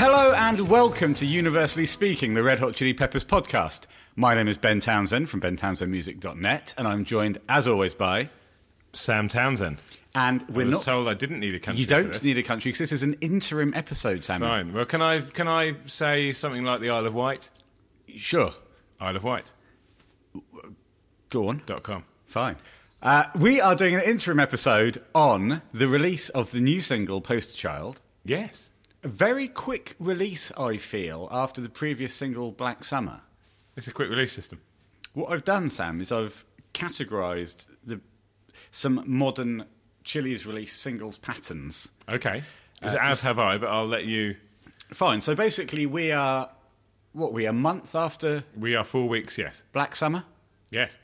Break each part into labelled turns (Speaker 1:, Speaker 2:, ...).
Speaker 1: and welcome to Universally Speaking, the Red Hot Chili Peppers podcast. My name is Ben Townsend from bentownsendmusic.net, and I'm joined, as always, by.
Speaker 2: Sam Townsend.
Speaker 1: And
Speaker 2: I
Speaker 1: we're
Speaker 2: was
Speaker 1: not.
Speaker 2: told I didn't need a country.
Speaker 1: you
Speaker 2: for
Speaker 1: don't
Speaker 2: this.
Speaker 1: need a country because this is an interim episode, Sam.
Speaker 2: Fine. Well, can I can I say something like the Isle of Wight?
Speaker 1: Sure.
Speaker 2: Isle of Wight
Speaker 1: Go on.
Speaker 2: dot com.
Speaker 1: Fine. Uh, we are doing an interim episode on the release of the new single, Poster Child.
Speaker 2: Yes.
Speaker 1: A very quick release, I feel, after the previous single, Black Summer.
Speaker 2: It's a quick release system.
Speaker 1: What I've done, Sam, is I've categorised the some modern Chili's release singles patterns.
Speaker 2: Okay. As,
Speaker 1: Uh,
Speaker 2: as
Speaker 1: just-
Speaker 2: have I, but I'll let you.
Speaker 1: Fine. So basically, we are what we a month after
Speaker 2: We are four weeks. Yes.
Speaker 1: Black Summer.
Speaker 2: Yes.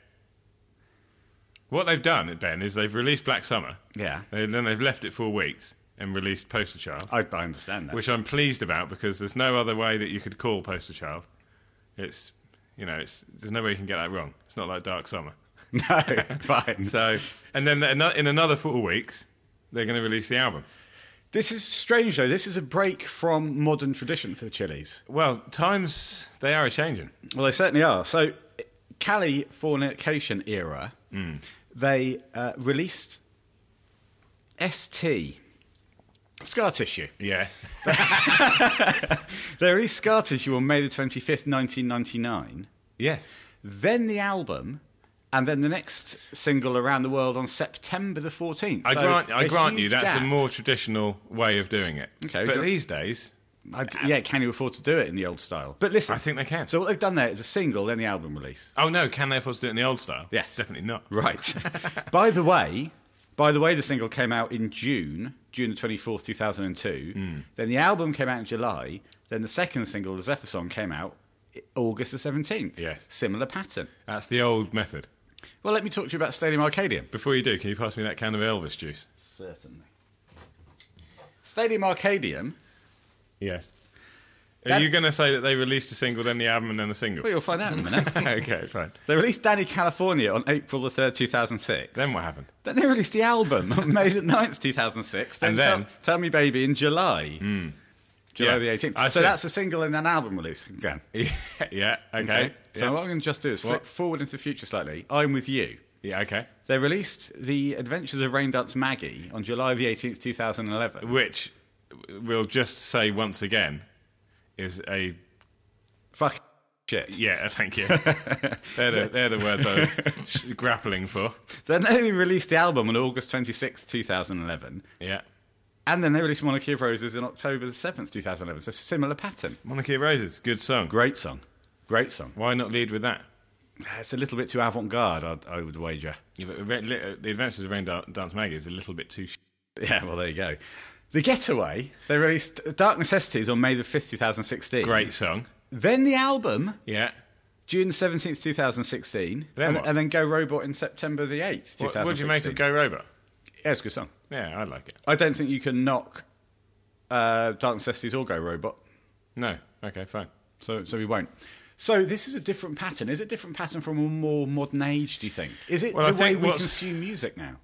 Speaker 2: What they've done, Ben, is they've released Black Summer.
Speaker 1: Yeah.
Speaker 2: They, then they've left it four weeks and released Poster Child.
Speaker 1: I, I understand that.
Speaker 2: which I'm pleased about because there's no other way that you could call Poster Child. It's you know, it's there's no way you can get that wrong. It's not like Dark Summer.
Speaker 1: no, fine.
Speaker 2: So, and then ano- in another four weeks, they're going to release the album.
Speaker 1: This is strange, though. This is a break from modern tradition for the Chili's.
Speaker 2: Well, times they are a changing.
Speaker 1: Well, they certainly are. So, Californication era, they uh, released ST, Scar Tissue.
Speaker 2: Yes,
Speaker 1: They released Scar Tissue on May the 25th, 1999.
Speaker 2: yes.
Speaker 1: Then the album, and then the next single around the world on September the 14th.
Speaker 2: I
Speaker 1: So,
Speaker 2: grant, I
Speaker 1: a
Speaker 2: grant you,
Speaker 1: huge
Speaker 2: that's
Speaker 1: gap.
Speaker 2: a more traditional way of doing it.
Speaker 1: Okay,
Speaker 2: but
Speaker 1: do-
Speaker 2: these days,
Speaker 1: I d- yeah, can you afford to do it in the old style? But listen.
Speaker 2: I think they can.
Speaker 1: So, what they've done there is a single, then the album release.
Speaker 2: oh no, can they afford to do it in the old style?
Speaker 1: Yes.
Speaker 2: definitely not.
Speaker 1: Right. by the way, by the way, the single came out in June, June the twenty fourth, two thousand and two.
Speaker 2: Mm.
Speaker 1: Then the album came out in July. Then the second single, the Zephyr Song, came out i- August the seventeenth.
Speaker 2: Yes.
Speaker 1: Similar pattern.
Speaker 2: That's the old method.
Speaker 1: Well, let me talk to you about Stadium Arcadium.
Speaker 2: Before you do, can you pass me that can of Elvis juice?
Speaker 1: Certainly. Stadium Arcadium.
Speaker 2: Yes. Are
Speaker 1: That-
Speaker 2: you going to say that they released a single, then the album, and then the single?
Speaker 1: Well, you'll find out in a minute.
Speaker 2: okay, fine.
Speaker 1: they released Danny California on April the third, two thousand six.
Speaker 2: Then what happened?
Speaker 1: Then they released the album on May the 9th, 2006. Then,
Speaker 2: And then- Hmm.
Speaker 1: Tell, Tell Me Baby in July. July
Speaker 2: Yeah,
Speaker 1: the 18th.
Speaker 2: I
Speaker 1: so
Speaker 2: see.
Speaker 1: that's a single and an album release again.
Speaker 2: yeah, yeah, okay.
Speaker 1: So
Speaker 2: yeah.
Speaker 1: what I'm going to just do is flip
Speaker 2: What?
Speaker 1: forward into the future slightly. I'm With You.
Speaker 2: yeah, okay.
Speaker 1: They released The Adventures of Rain Dance Maggie on July the 18th, 2011.
Speaker 2: Which we'll just say once again is a.
Speaker 1: Fuck shit.
Speaker 2: Yeah, thank you. they're, the, they're the words I was sh- grappling for.
Speaker 1: Then they released the album on August 26th, 2011.
Speaker 2: Yeah.
Speaker 1: And then they released Monarchy of Roses on October the 7th, 2011. So similar pattern.
Speaker 2: Monarchy of Roses, good song.
Speaker 1: Great song. Great song.
Speaker 2: Why not lead with that?
Speaker 1: It's a little bit too avant garde, I'd- I would wager.
Speaker 2: Yeah, but Re- Li- uh, The Adventures of Rain Dan- Dance Maggie is a little bit too. Sh-
Speaker 1: Yeah, well, there you go. The Getaway, they released Dark Necessities on May the 5th, 2016.
Speaker 2: Great song.
Speaker 1: Then the album,
Speaker 2: Yeah.
Speaker 1: June 17th, 2016.
Speaker 2: Then
Speaker 1: and,
Speaker 2: what?
Speaker 1: and then Go Robot in September the 8th, 2016.
Speaker 2: What, what do you make of Go Robot?
Speaker 1: Yeah, it's a good song.
Speaker 2: Yeah, I like it.
Speaker 1: I don't think you can knock uh, Dark Necessities or Go Robot,
Speaker 2: No. Okay, fine.
Speaker 1: so, so we won't. So this is a different pattern. Is it a different pattern from a more modern age, do you think? Is it
Speaker 2: Well, I
Speaker 1: the way
Speaker 2: think
Speaker 1: we
Speaker 2: what's-
Speaker 1: consume music now?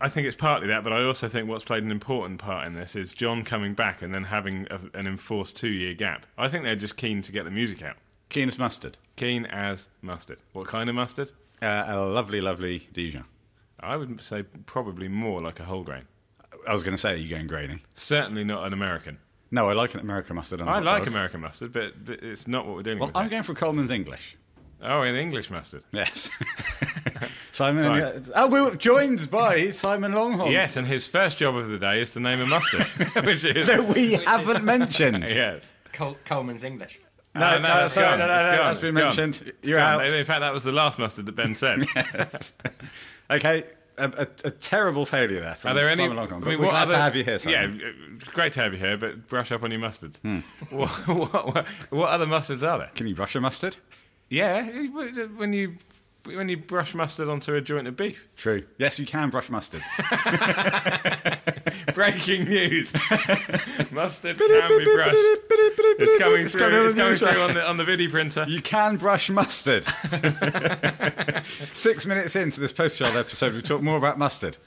Speaker 2: I think it's partly that, but I also think what's played an important part in this is John coming back and then having a, an enforced two year gap. I think they're just keen to get the music out.
Speaker 1: Keen as mustard.
Speaker 2: Keen as mustard. What kind of mustard?
Speaker 1: Uh, a lovely, lovely Dijon.
Speaker 2: I would say probably more like a whole grain.
Speaker 1: I was going to say, are you going grainy?
Speaker 2: Certainly not an American.
Speaker 1: No, I like an American mustard. on a
Speaker 2: I
Speaker 1: hot
Speaker 2: like
Speaker 1: dog.
Speaker 2: American mustard, but th- it's not what we're dealing
Speaker 1: Oh Well,
Speaker 2: with.
Speaker 1: I'm
Speaker 2: here.
Speaker 1: going for Coleman's English.
Speaker 2: Oh, an English mustard.
Speaker 1: Yes. Simon.
Speaker 2: Fine.
Speaker 1: And, oh, we were joined by Simon Longhorn.
Speaker 2: Yes, and his first job of the day is to name a mustard, which is.
Speaker 1: That we haven't mentioned.
Speaker 2: Yes. Uh,
Speaker 3: Col- Coleman's English.
Speaker 2: No,
Speaker 1: No, no,
Speaker 2: that's
Speaker 1: sorry,
Speaker 2: gone.
Speaker 1: no, no,
Speaker 2: It's
Speaker 1: no,
Speaker 2: gone.
Speaker 1: that's been
Speaker 2: It's gone.
Speaker 1: mentioned.
Speaker 2: It's
Speaker 1: You're
Speaker 2: gone.
Speaker 1: out.
Speaker 2: In fact, that was the last mustard that Ben said.
Speaker 1: Yes. okay. A, a, a terrible failure there. From
Speaker 2: Are there any?
Speaker 1: Simon Longhorn. But
Speaker 2: I mean,
Speaker 1: we're
Speaker 2: what
Speaker 1: glad
Speaker 2: other-
Speaker 1: to have you here, Simon. Hmm.
Speaker 2: Yeah, it's great to have you here, but brush up on your mustards. what, what, what, what other mustards are there?
Speaker 1: Can you brush a mustard?
Speaker 2: Yeah, when you when you brush mustard onto a joint of beef.
Speaker 1: True. Yes, you can brush mustards.
Speaker 2: Breaking news: mustard can be brushed. It's
Speaker 1: on
Speaker 2: coming through. It's
Speaker 1: the
Speaker 2: coming
Speaker 1: news,
Speaker 2: through
Speaker 1: right?
Speaker 2: on the on the video printer.
Speaker 1: You can brush mustard. Six minutes into this post child episode, we talk more about mustard.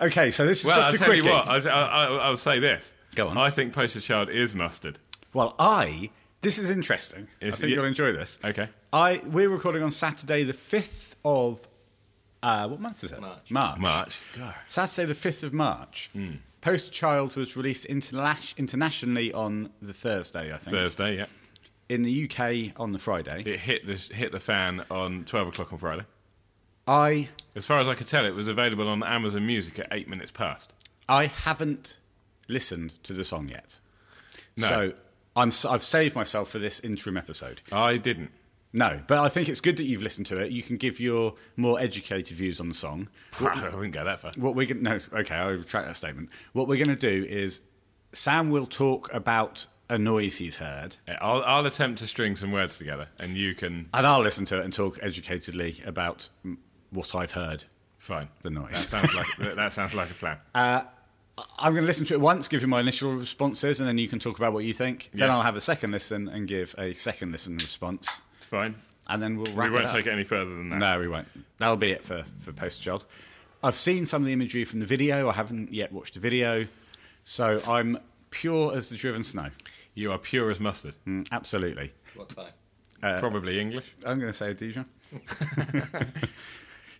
Speaker 1: Okay, so this is
Speaker 2: Well,
Speaker 1: just
Speaker 2: I'll
Speaker 1: a
Speaker 2: tell
Speaker 1: quickie.
Speaker 2: you what. I'll, I'll, I'll- I'll say this.
Speaker 1: Go on.
Speaker 2: I think poster child is mustard.
Speaker 1: Well, I. This is interesting. I
Speaker 2: Is-
Speaker 1: think
Speaker 2: yeah.
Speaker 1: you'll enjoy this.
Speaker 2: Okay.
Speaker 1: I we're recording on Saturday the fifth of uh, what month is it?
Speaker 3: March.
Speaker 1: March.
Speaker 2: March. Hmm.
Speaker 1: Saturday the fifth of March. Post Child was released interlash- internationally on the Thursday, I think.
Speaker 2: Thursday, yeah.
Speaker 1: In the UK on the Friday.
Speaker 2: It hit the hit the fan on twelve o'clock on Friday.
Speaker 1: I
Speaker 2: As far as I could tell, it was available on Amazon Music at eight minutes past.
Speaker 1: I haven't listened to the song yet.
Speaker 2: No.
Speaker 1: So I'm s- I've saved myself for this interim episode.
Speaker 2: I didn't.
Speaker 1: No, but I think it's good that you've listened to it. You can give your more educated views on the song.
Speaker 2: I wouldn't go that far.
Speaker 1: What we're going no, okay, I retract that statement. What we're going to do is Sam will talk about a noise he's heard,
Speaker 2: I'll, I'll attempt to string some words together, and you can.
Speaker 1: and I'll listen to it and talk educatedly about mm, what I've heard.
Speaker 2: Fine.
Speaker 1: The noise.
Speaker 2: That sounds like that- that sounds like a plan.
Speaker 1: I- I'm going to listen to it once, give you my initial responses, and then you can talk about what you think. Then
Speaker 2: Yes.
Speaker 1: I'll have a second listen and give a second listen response,
Speaker 2: Fine.
Speaker 1: and then we'll wrap
Speaker 2: We won't
Speaker 1: up.
Speaker 2: take it any further than that.
Speaker 1: No, we won't. That'll be it for, for Post Child. I've seen some of the imagery from the video. I haven't yet watched the video. So I'm pure as the driven snow.
Speaker 2: You are pure as mustard. Uh,
Speaker 1: Mm, absolutely.
Speaker 3: What time?
Speaker 2: Probably English.
Speaker 1: I'm going to say Adija.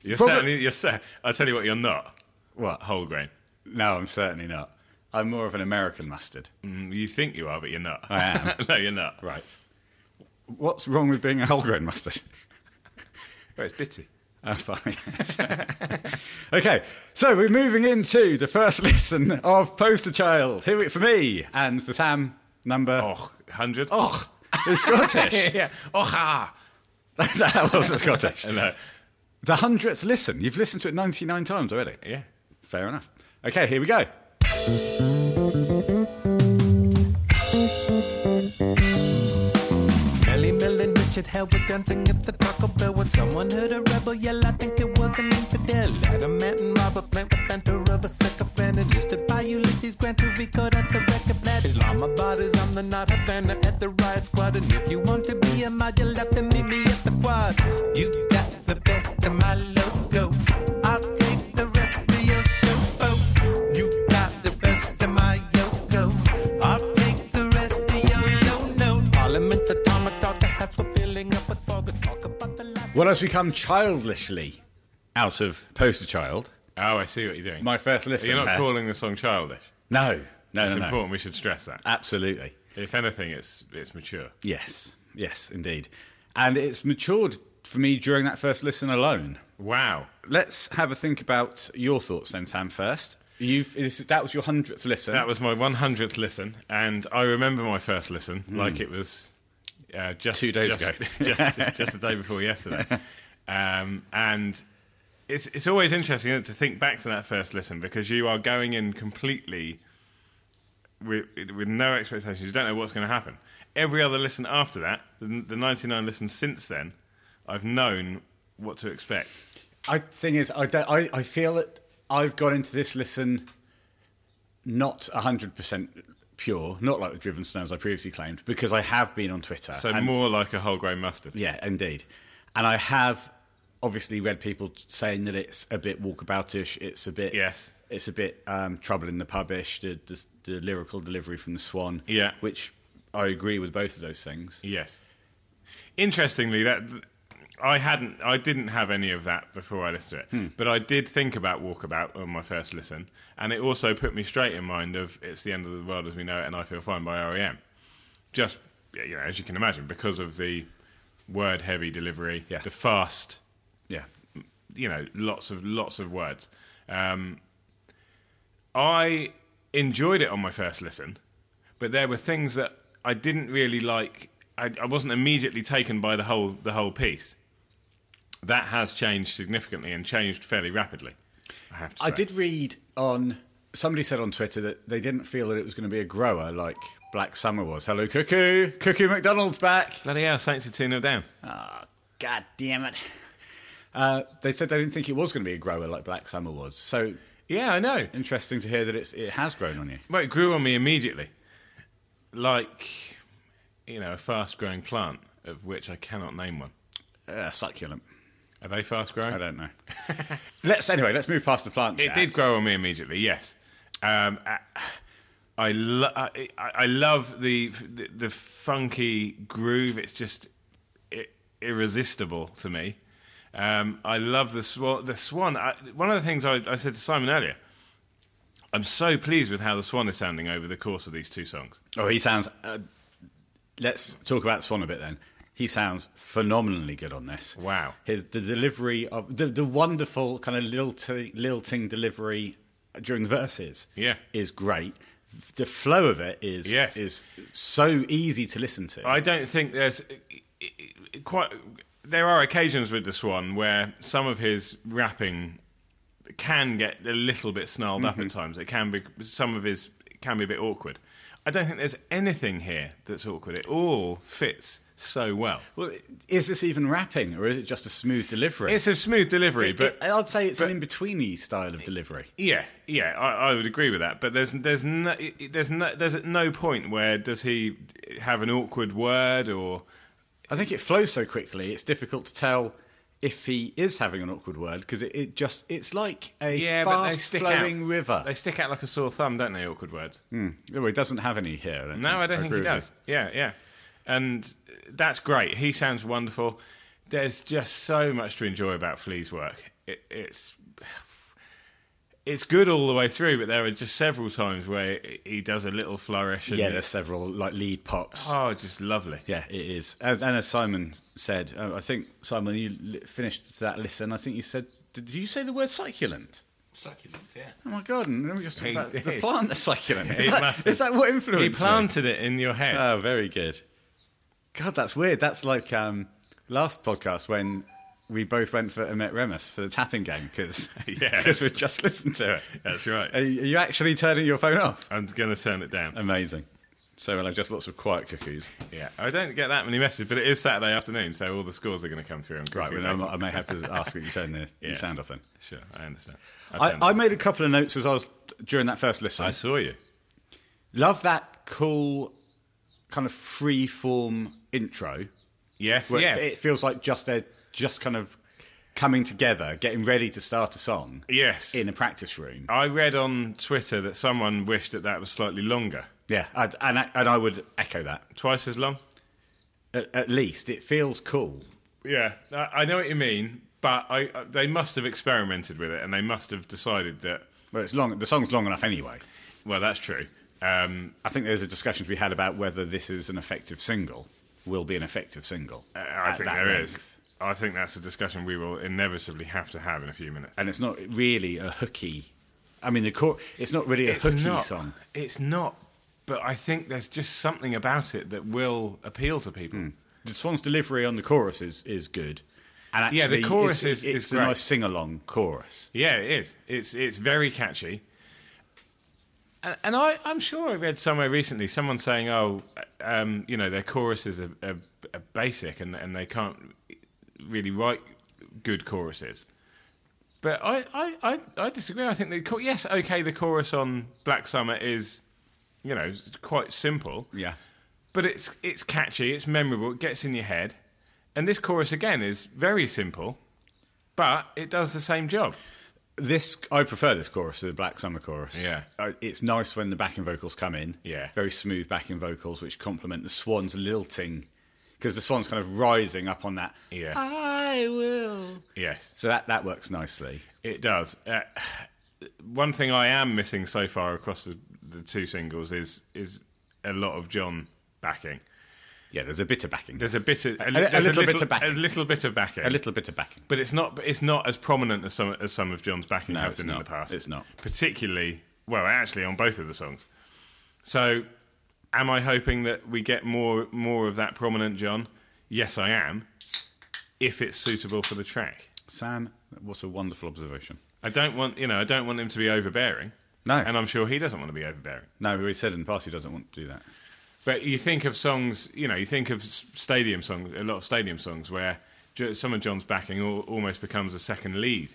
Speaker 2: You're
Speaker 1: probably-
Speaker 2: certainly. You're cer- I tell you what, you're not
Speaker 1: What?
Speaker 2: whole grain.
Speaker 1: No, I'm certainly not. I'm more of an American mustard.
Speaker 2: Mm, You think you are, but you're not.
Speaker 1: I am.
Speaker 2: no, you're not.
Speaker 1: Right. What's wrong with being a whole grain mustard?
Speaker 2: Well, it's bitty.
Speaker 1: I'm fine. Oh, okay, so we're moving into the first listen of Poster Child. Here it for me and for Sam, number.
Speaker 2: Och, hundred.
Speaker 1: Och, it's Scottish.
Speaker 2: yeah. Och ah.
Speaker 1: that wasn't Scottish.
Speaker 2: No.
Speaker 1: The hundredth listen. You've listened to it 99 times already.
Speaker 2: Yeah.
Speaker 1: Fair enough. Okay, here we go.
Speaker 4: Ellie Mill and Richard Hell were dancing at the Taco Bell when someone heard a rebel yell. I think it was an infidel. Adam Matt and Robert Plant, the banter of a sycophant, enlisted by Ulysses Grant to record at the record plant. Islamabad is on the not Havana at the riot squad, and if you want to be a mod, you'll have to meet me at the quad. You got the best of my logo. I'll take the rest of your show. Oh, you got the best of my yogo. I'll take the rest of your no no. Parliament's atomic talker hats were filling up with fog and talk about the life.
Speaker 1: Well, as we come childishly out of Poster Child,
Speaker 2: Oh, I see what you're doing.
Speaker 1: my first listen.
Speaker 2: you're not
Speaker 1: there-
Speaker 2: calling the song childish.
Speaker 1: No, no,
Speaker 2: It's
Speaker 1: no, no.
Speaker 2: important. We should stress that.
Speaker 1: Absolutely.
Speaker 2: If anything, it's it's mature.
Speaker 1: Yes, yes, indeed. And it's matured for me during that first listen alone.
Speaker 2: Wow.
Speaker 1: Let's have a think about your thoughts then, Sam, first. You've, is, that was your 100th listen.
Speaker 2: That was my 100th listen, and I remember my first listen like it was uh, just
Speaker 1: Hmm. Two days
Speaker 2: just-
Speaker 1: ago.
Speaker 2: just, just, the day before yesterday. Um, and it's it's always interesting isn't it, to think back to that first listen because you are going in completely with with no expectations. You don't know what's going to happen. Every other listen after that, the, the 99 listens since then, I've known what to expect.
Speaker 1: I thing is, I, don't, I I feel that I've gone into this listen not hundred percent pure, not like the Driven Stones I previously claimed, because I have been on Twitter.
Speaker 2: So
Speaker 1: and-
Speaker 2: more like a whole grain mustard.
Speaker 1: yeah, indeed, and I have obviously read people saying that it's a bit walkaboutish. It's a bit
Speaker 2: Yes.
Speaker 1: It's a bit um, trouble in the pubish. The, the the lyrical delivery from the Swan.
Speaker 2: Yeah.
Speaker 1: which I agree with both of those things.
Speaker 2: Yes. Interestingly, that I hadn't, I didn't have any of that before I listened to it, but I did think about Walkabout on my first listen, and it also put me straight in mind of "It's the End of the World as We Know It" and "I Feel Fine" by REM. Just you know, as you can imagine, because of the word-heavy delivery,
Speaker 1: Yeah.
Speaker 2: the fast
Speaker 1: Yeah,
Speaker 2: you know, lots of lots of words. Um, I enjoyed it on my first listen, but there were things that I didn't really like. I, I wasn't immediately taken by the whole the whole piece. That has changed significantly and changed fairly rapidly. I have to. Say.
Speaker 1: I did read on somebody said on Twitter that they didn't feel that it was going to be a grower like Black Summer was. Hello, Cuckoo, Cuckoo McDonald's back.
Speaker 2: Bloody hell, Saints are 2 0 down.
Speaker 1: Oh, God damn it! Uh, they said they didn't think it was going to be a grower like Black Summer was. So
Speaker 2: Yeah, I know.
Speaker 1: interesting to hear that it's, it has grown on you.
Speaker 2: Well, it grew on me immediately, like you know, a fast-growing plant of which I cannot name one.
Speaker 1: Uh, succulent.
Speaker 2: Are they fast-growing?
Speaker 1: I don't know. let's anyway. Let's move past the plant.
Speaker 2: It
Speaker 1: chat.
Speaker 2: did grow on me immediately, yes. Um, I, I, lo- I I I love the the, the funky groove. It's just i- irresistible to me. Um, I love the swan. The swan. I, one of the things I, I said to Simon earlier. I'm so pleased with how the swan is sounding over the course of these two songs.
Speaker 1: Oh, he sounds. Uh, let's talk about Swan a bit then. He sounds phenomenally good on this.
Speaker 2: Wow.
Speaker 1: His the delivery of the, the wonderful kind of lilting, lilting delivery during the verses.
Speaker 2: Yeah.
Speaker 1: is great. The flow of it is
Speaker 2: Yes.
Speaker 1: is so easy to listen to.
Speaker 2: I don't think there's quite. There are occasions with the Swan where some of his rapping can get a little bit snarled up
Speaker 1: Mm-hmm.
Speaker 2: at times. It can be some of his can be a bit awkward. I don't think there's anything here that's awkward. It all fits so well.
Speaker 1: well, is this even rapping or is it just a smooth delivery?
Speaker 2: It's a smooth delivery, but
Speaker 1: It- I'd say it's
Speaker 2: but-
Speaker 1: an in-betweeny style of delivery.
Speaker 2: Yeah, yeah, I, I would agree with that. But there's there's no there's no there's at no point where does he have an awkward word or
Speaker 1: I think it flows so quickly; it's difficult to tell if he is having an awkward word because it, it just it's like a
Speaker 2: yeah, but they stick
Speaker 1: fast-flowing
Speaker 2: out.
Speaker 1: river.
Speaker 2: They stick out like a sore thumb, don't they? Awkward words.
Speaker 1: Well, he doesn't have any here. I don't
Speaker 2: No, I don't think
Speaker 1: agree
Speaker 2: he
Speaker 1: with
Speaker 2: does. Yeah, yeah, and that's great. He sounds wonderful. There's just so much to enjoy about Flea's work. It, it's it's good all the way through, but there are just several times where he does a little flourish.
Speaker 1: you.
Speaker 2: And
Speaker 1: Yeah, there's several like lead pops.
Speaker 2: oh, just lovely.
Speaker 1: Yeah, it is. And, and as Simon said, uh, I think Simon, you li- finished that listen. I think you said, did you say the word succulent?
Speaker 3: Succulents, yeah.
Speaker 1: Oh my god! And then we just talked
Speaker 2: He
Speaker 1: about the
Speaker 2: did.
Speaker 1: plant that's succulent. Is,
Speaker 2: must
Speaker 1: that,
Speaker 2: have.
Speaker 1: is that what influenced?
Speaker 2: He
Speaker 1: me?
Speaker 2: planted it in your head.
Speaker 1: Oh, very good. God, that's weird. That's like um, last podcast when we both went for Emet Remus for the tapping game because
Speaker 2: Yes.
Speaker 1: we just listened to it.
Speaker 2: That's
Speaker 1: Are
Speaker 2: right.
Speaker 1: you are you actually turning your phone off?
Speaker 2: I'm going to turn it down.
Speaker 1: Amazing. So we'll have just lots of quiet cuckoos.
Speaker 2: Yeah, I don't get that many messages, but it is Saturday afternoon, so all the scores are going to come through. On
Speaker 1: Right, well,
Speaker 2: Cooking
Speaker 1: I'm
Speaker 2: Basin.
Speaker 1: not- I may have to ask that you turn the your
Speaker 2: Yes.
Speaker 1: sound off then.
Speaker 2: Sure, I understand.
Speaker 1: I,
Speaker 2: turned
Speaker 1: I
Speaker 2: it-
Speaker 1: made a couple of notes as I was during that first listen.
Speaker 2: I saw you.
Speaker 1: Love that cool kind of free form intro.
Speaker 2: Yes,
Speaker 1: Where
Speaker 2: yeah,
Speaker 1: it- it feels like just they're just kind of coming together, getting ready to start a song.
Speaker 2: yes.
Speaker 1: in a practice room.
Speaker 2: I read on Twitter that someone wished that that was slightly longer,
Speaker 1: Yeah, I'd, and I, and I would echo that.
Speaker 2: twice as long.
Speaker 1: At, at least it feels cool.
Speaker 2: Yeah, I, I know what you mean, but I, I, they must have experimented with it, and they must have decided that.
Speaker 1: Well, it's long. The song's long enough anyway.
Speaker 2: Well, that's true. Um,
Speaker 1: I think there's a discussion to be had about whether this is an effective single. Will be an effective single.
Speaker 2: Uh, I
Speaker 1: at
Speaker 2: think
Speaker 1: that
Speaker 2: there is.
Speaker 1: length.
Speaker 2: I think that's a discussion we will inevitably have to have in a few minutes.
Speaker 1: and it's not really a hooky. I mean, the cor- it's not really a hooky
Speaker 2: not,
Speaker 1: song.
Speaker 2: It's not. But I think there's just something about it that will appeal to people.
Speaker 1: The Swan's delivery on the chorus is is good, and actually,
Speaker 2: Yeah, the chorus
Speaker 1: it's-
Speaker 2: is-
Speaker 1: it's
Speaker 2: is
Speaker 1: a
Speaker 2: great.
Speaker 1: nice sing along chorus.
Speaker 2: Yeah, it is. It's it's very catchy. And, and I, I'm sure I read somewhere recently someone saying, "Oh, um, you know, their choruses are, are, are basic and, and they can't really write good choruses." But I, I, I, I disagree. I think the chor- yes, okay, the chorus on Black Summer is, you know, quite simple.
Speaker 1: Yeah,
Speaker 2: but it's it's catchy, it's memorable, it gets in your head. And this chorus again is very simple, but it does the same job.
Speaker 1: this I prefer this chorus to the Black Summer chorus.
Speaker 2: Yeah.
Speaker 1: Uh, it's nice when the backing vocals come in.
Speaker 2: Yeah.
Speaker 1: very smooth backing vocals which complement the Swans lilting because the Swans kind of rising up on that.
Speaker 2: Yeah.
Speaker 1: I will.
Speaker 2: Yes,
Speaker 1: So that that works nicely.
Speaker 2: it does. Uh, one thing I am missing so far across the, the two singles is is a lot of John backing.
Speaker 1: Yeah, there's a bit of backing.
Speaker 2: There's a bit of
Speaker 1: a
Speaker 2: there's
Speaker 1: little bit of backing.
Speaker 2: a little bit of backing,
Speaker 1: a little bit of backing.
Speaker 2: but it's not it's not as prominent as some as some of John's backing
Speaker 1: No,
Speaker 2: have
Speaker 1: it's
Speaker 2: been in
Speaker 1: not.
Speaker 2: the past.
Speaker 1: It's not.
Speaker 2: particularly well, actually, on both of the songs. So, am I hoping that we get more more of that prominent John? Yes, I am. If it's suitable for the track,
Speaker 1: Sam, what a wonderful observation.
Speaker 2: I don't want you know I don't want him to be overbearing.
Speaker 1: No.
Speaker 2: and I'm sure he doesn't want to be overbearing.
Speaker 1: No, we said in the past he doesn't want to do that.
Speaker 2: But you think of songs, you know, you think of s- stadium songs, a lot of stadium songs where Jo- some of John's backing al- almost becomes a second lead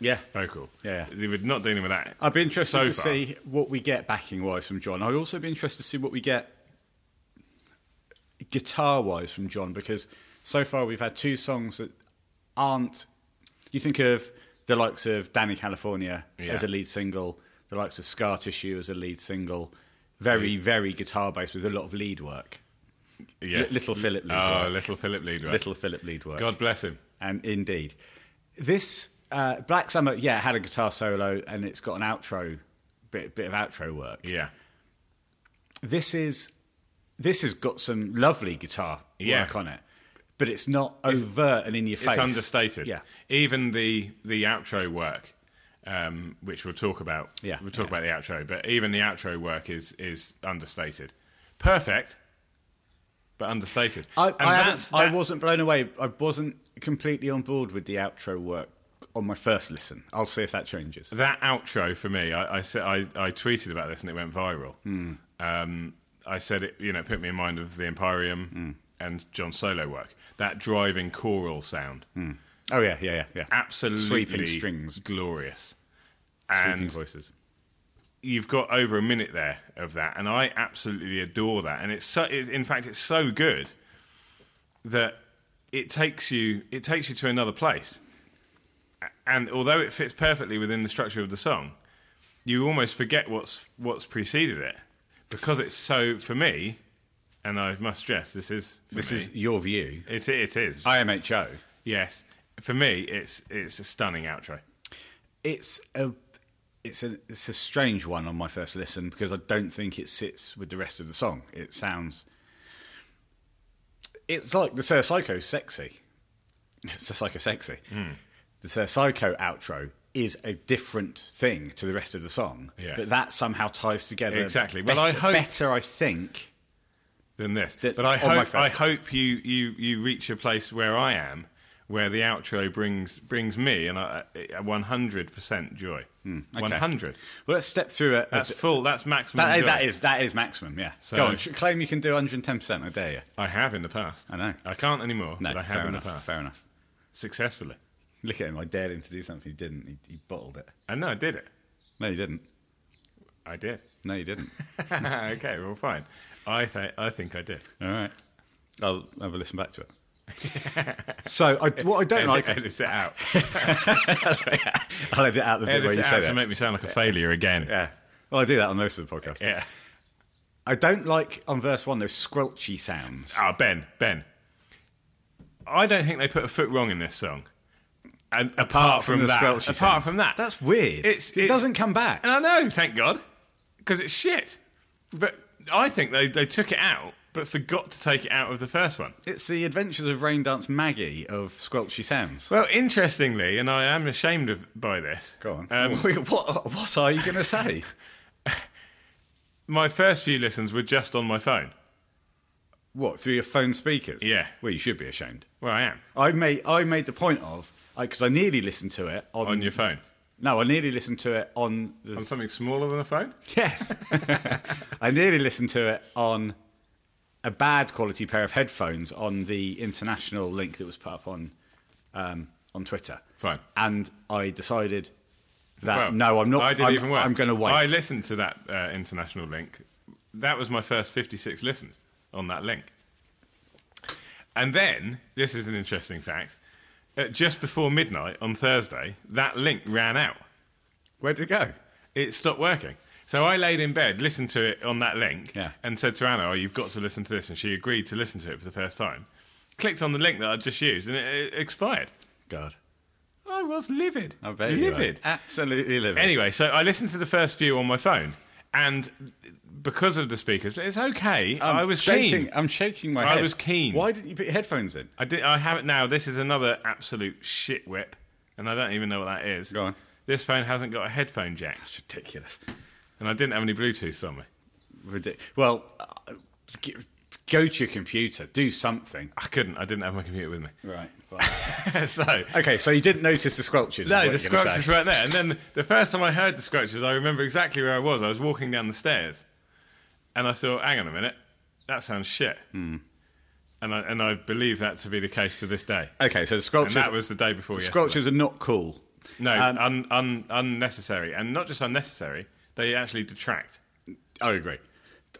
Speaker 1: Yeah.
Speaker 2: vocal.
Speaker 1: Yeah.
Speaker 2: They were not dealing with that.
Speaker 1: I'd be interested
Speaker 2: so
Speaker 1: to
Speaker 2: far.
Speaker 1: see what we get backing wise from John. I'd also be interested to see what we get guitar wise from John because so far we've had two songs that aren't. You think of the likes of Danny California
Speaker 2: Yeah.
Speaker 1: as a lead single, the likes of Scar Tissue as a lead single. very, very guitar based with a lot of lead work.
Speaker 2: Yes.
Speaker 1: Li- Little Philip lead
Speaker 2: oh,
Speaker 1: work.
Speaker 2: Little Philip Leadwork.
Speaker 1: Little Philip lead work.
Speaker 2: God bless him.
Speaker 1: And indeed, this uh, Black Summer, yeah, it had a guitar solo and it's got an outro bit, bit of outro work.
Speaker 2: Yeah.
Speaker 1: This is this has got some lovely guitar
Speaker 2: Yeah.
Speaker 1: work on it, but it's not overt and in your face.
Speaker 2: It's understated.
Speaker 1: Yeah,
Speaker 2: Even the the outro work, um, which we'll talk about.
Speaker 1: Yeah,
Speaker 2: We'll talk
Speaker 1: yeah.
Speaker 2: about the outro, but even the outro work is is understated. Perfect, but understated.
Speaker 1: I,
Speaker 2: And
Speaker 1: I,
Speaker 2: that's-
Speaker 1: haven't- I
Speaker 2: that-
Speaker 1: wasn't blown away. I wasn't completely on board with the outro work on my first listen. I'll see if that changes.
Speaker 2: That outro for me, I, I said I, I tweeted about this and it went viral.
Speaker 1: Hmm.
Speaker 2: Um, I said it, you know, it put me in mind of the Emporium
Speaker 1: Hmm.
Speaker 2: and John Solo work. That driving choral sound,
Speaker 1: Oh yeah, yeah, yeah, yeah.
Speaker 2: absolutely
Speaker 1: Sweeping strings,
Speaker 2: glorious,
Speaker 1: sweeping
Speaker 2: and
Speaker 1: voices.
Speaker 2: you've got over a minute there of that, and I absolutely adore that. And it's so, it, in fact, it's so good that it takes you it takes you to another place. A- And although it fits perfectly within the structure of the song, you almost forget what's what's preceded it because it's so for me. And I must stress, this is for
Speaker 1: This
Speaker 2: me,
Speaker 1: is your view.
Speaker 2: it. It is
Speaker 1: IMHO.
Speaker 2: yes for me. It's it's a stunning outro.
Speaker 1: It's a it's a it's a strange one on my first listen because I don't think it sits with the rest of the song. It sounds it's like the Sir Psycho sexy. Sir Psycho sexy.
Speaker 2: Hmm.
Speaker 1: The Sir Psycho outro is a different thing to the rest of the song,
Speaker 2: Yes.
Speaker 1: but that somehow ties together
Speaker 2: Exactly.
Speaker 1: Better,
Speaker 2: Well, I hope-
Speaker 1: better, I think.
Speaker 2: than this.
Speaker 1: That-
Speaker 2: but I
Speaker 1: on oh, my
Speaker 2: hope
Speaker 1: first
Speaker 2: I
Speaker 1: listen.
Speaker 2: hope you, you, you reach a place where I am, where the outro brings brings me and I one hundred percent joy.
Speaker 1: Hmm, okay.
Speaker 2: One hundred.
Speaker 1: Well, let's step through it.
Speaker 2: That's full. That's maximum.
Speaker 1: that,
Speaker 2: joy.
Speaker 1: that is that is maximum. Yeah.
Speaker 2: So-
Speaker 1: Go on. sh- Claim you can do 110. percent I dare you.
Speaker 2: I have in the past.
Speaker 1: I know.
Speaker 2: I can't anymore.
Speaker 1: No,
Speaker 2: but I
Speaker 1: fair
Speaker 2: have in
Speaker 1: enough.
Speaker 2: the past
Speaker 1: Fair enough.
Speaker 2: successfully.
Speaker 1: Look at him. I dared him to do something. He didn't. He, he bottled it.
Speaker 2: And no, I did it.
Speaker 1: No, he didn't.
Speaker 2: I did.
Speaker 1: No, he didn't.
Speaker 2: okay, well, fine. I th- I think I did.
Speaker 1: All right. I'll have a listen back to it. so, I, what I don't
Speaker 2: Edit,
Speaker 1: like.
Speaker 2: edit it out.
Speaker 1: That's right. I'll edit out the bit where
Speaker 2: Edit
Speaker 1: you
Speaker 2: it
Speaker 1: say
Speaker 2: out
Speaker 1: that.
Speaker 2: to make me sound like a failure again.
Speaker 1: yeah. Well, I do that on most of the podcasts.
Speaker 2: Yeah.
Speaker 1: I don't like on verse one those squelchy sounds.
Speaker 2: Ah, Ben, Ben. I don't think they put a foot wrong in this song. And apart, from,
Speaker 1: the
Speaker 2: that,
Speaker 1: squelchy
Speaker 2: apart
Speaker 1: sounds.
Speaker 2: from that,
Speaker 1: That's weird.
Speaker 2: It's-
Speaker 1: it
Speaker 2: it's-
Speaker 1: doesn't come back.
Speaker 2: And I know, thank God, because it's shit. But I think they they took it out, but forgot to take it out of the first one.
Speaker 1: It's the Adventures of Raindance Maggie of squelchy sounds.
Speaker 2: Well, interestingly, and I am ashamed of by this.
Speaker 1: Go on.
Speaker 2: Um,
Speaker 1: what, what are you going to say?
Speaker 2: my first few listens were just on my phone.
Speaker 1: what through your phone speakers?
Speaker 2: Yeah.
Speaker 1: Well, you should be ashamed.
Speaker 2: Well, I am
Speaker 1: I made I made the point of because I nearly listened to it on,
Speaker 2: on your phone
Speaker 1: No, I nearly listened to it on. The,
Speaker 2: on something smaller than a phone.
Speaker 1: yes, I nearly listened to it on a bad quality pair of headphones on the international link that was put up on um, on Twitter.
Speaker 2: Fine.
Speaker 1: And I decided that
Speaker 2: Well,
Speaker 1: no, I'm not.
Speaker 2: I did
Speaker 1: I'm,
Speaker 2: even worse.
Speaker 1: I'm going to wait.
Speaker 2: I listened to that uh, international link. That was my first 56 listens on that link. And then, this is an interesting fact. Uh, just before midnight on Thursday, that link ran out.
Speaker 1: Where did it go?
Speaker 2: It stopped working. So I laid in bed, listened to it on that link,
Speaker 1: Yeah.
Speaker 2: and said to Anna, "Oh, you've got to listen to this." And she agreed to listen to it for the first time. Clicked on the link that I'd just used, and it, it expired.
Speaker 1: God,
Speaker 2: I was livid.
Speaker 1: I bet you
Speaker 2: livid.
Speaker 1: were. absolutely livid.
Speaker 2: Anyway, so I listened to the first few on my phone, and because of the speakers, it's okay.
Speaker 1: I'm
Speaker 2: I was
Speaker 1: shaking,
Speaker 2: keen.
Speaker 1: I'm shaking my
Speaker 2: I
Speaker 1: head.
Speaker 2: was keen.
Speaker 1: Why didn't you put your headphones in?
Speaker 2: I did. I have it now. This is another absolute shit whip, and I don't even know what that is.
Speaker 1: Go on.
Speaker 2: This phone hasn't got a headphone jack,
Speaker 1: It's ridiculous.
Speaker 2: and I didn't have any Bluetooth on me.
Speaker 1: Ridic- well, uh, g- go to your computer, do something.
Speaker 2: I couldn't. I didn't have my computer with me.
Speaker 1: Right.
Speaker 2: so.
Speaker 1: okay, so you didn't notice the squelches. is what
Speaker 2: No,
Speaker 1: you're
Speaker 2: the
Speaker 1: gonna
Speaker 2: scratches
Speaker 1: say.
Speaker 2: right there. And then the first time I heard the scratches, I remember exactly where I was. I was walking down the stairs, and I thought, "Hang on a minute, that sounds shit."
Speaker 1: Hmm.
Speaker 2: And I and I believe that to be the case to this day.
Speaker 1: Okay, so the
Speaker 2: And
Speaker 1: squelches.
Speaker 2: that was the day before
Speaker 1: the
Speaker 2: yesterday.
Speaker 1: squelches are not cool.
Speaker 2: No, uh-
Speaker 1: Um,
Speaker 2: un, un, unnecessary, and not just unnecessary. They actually detract.
Speaker 1: I agree.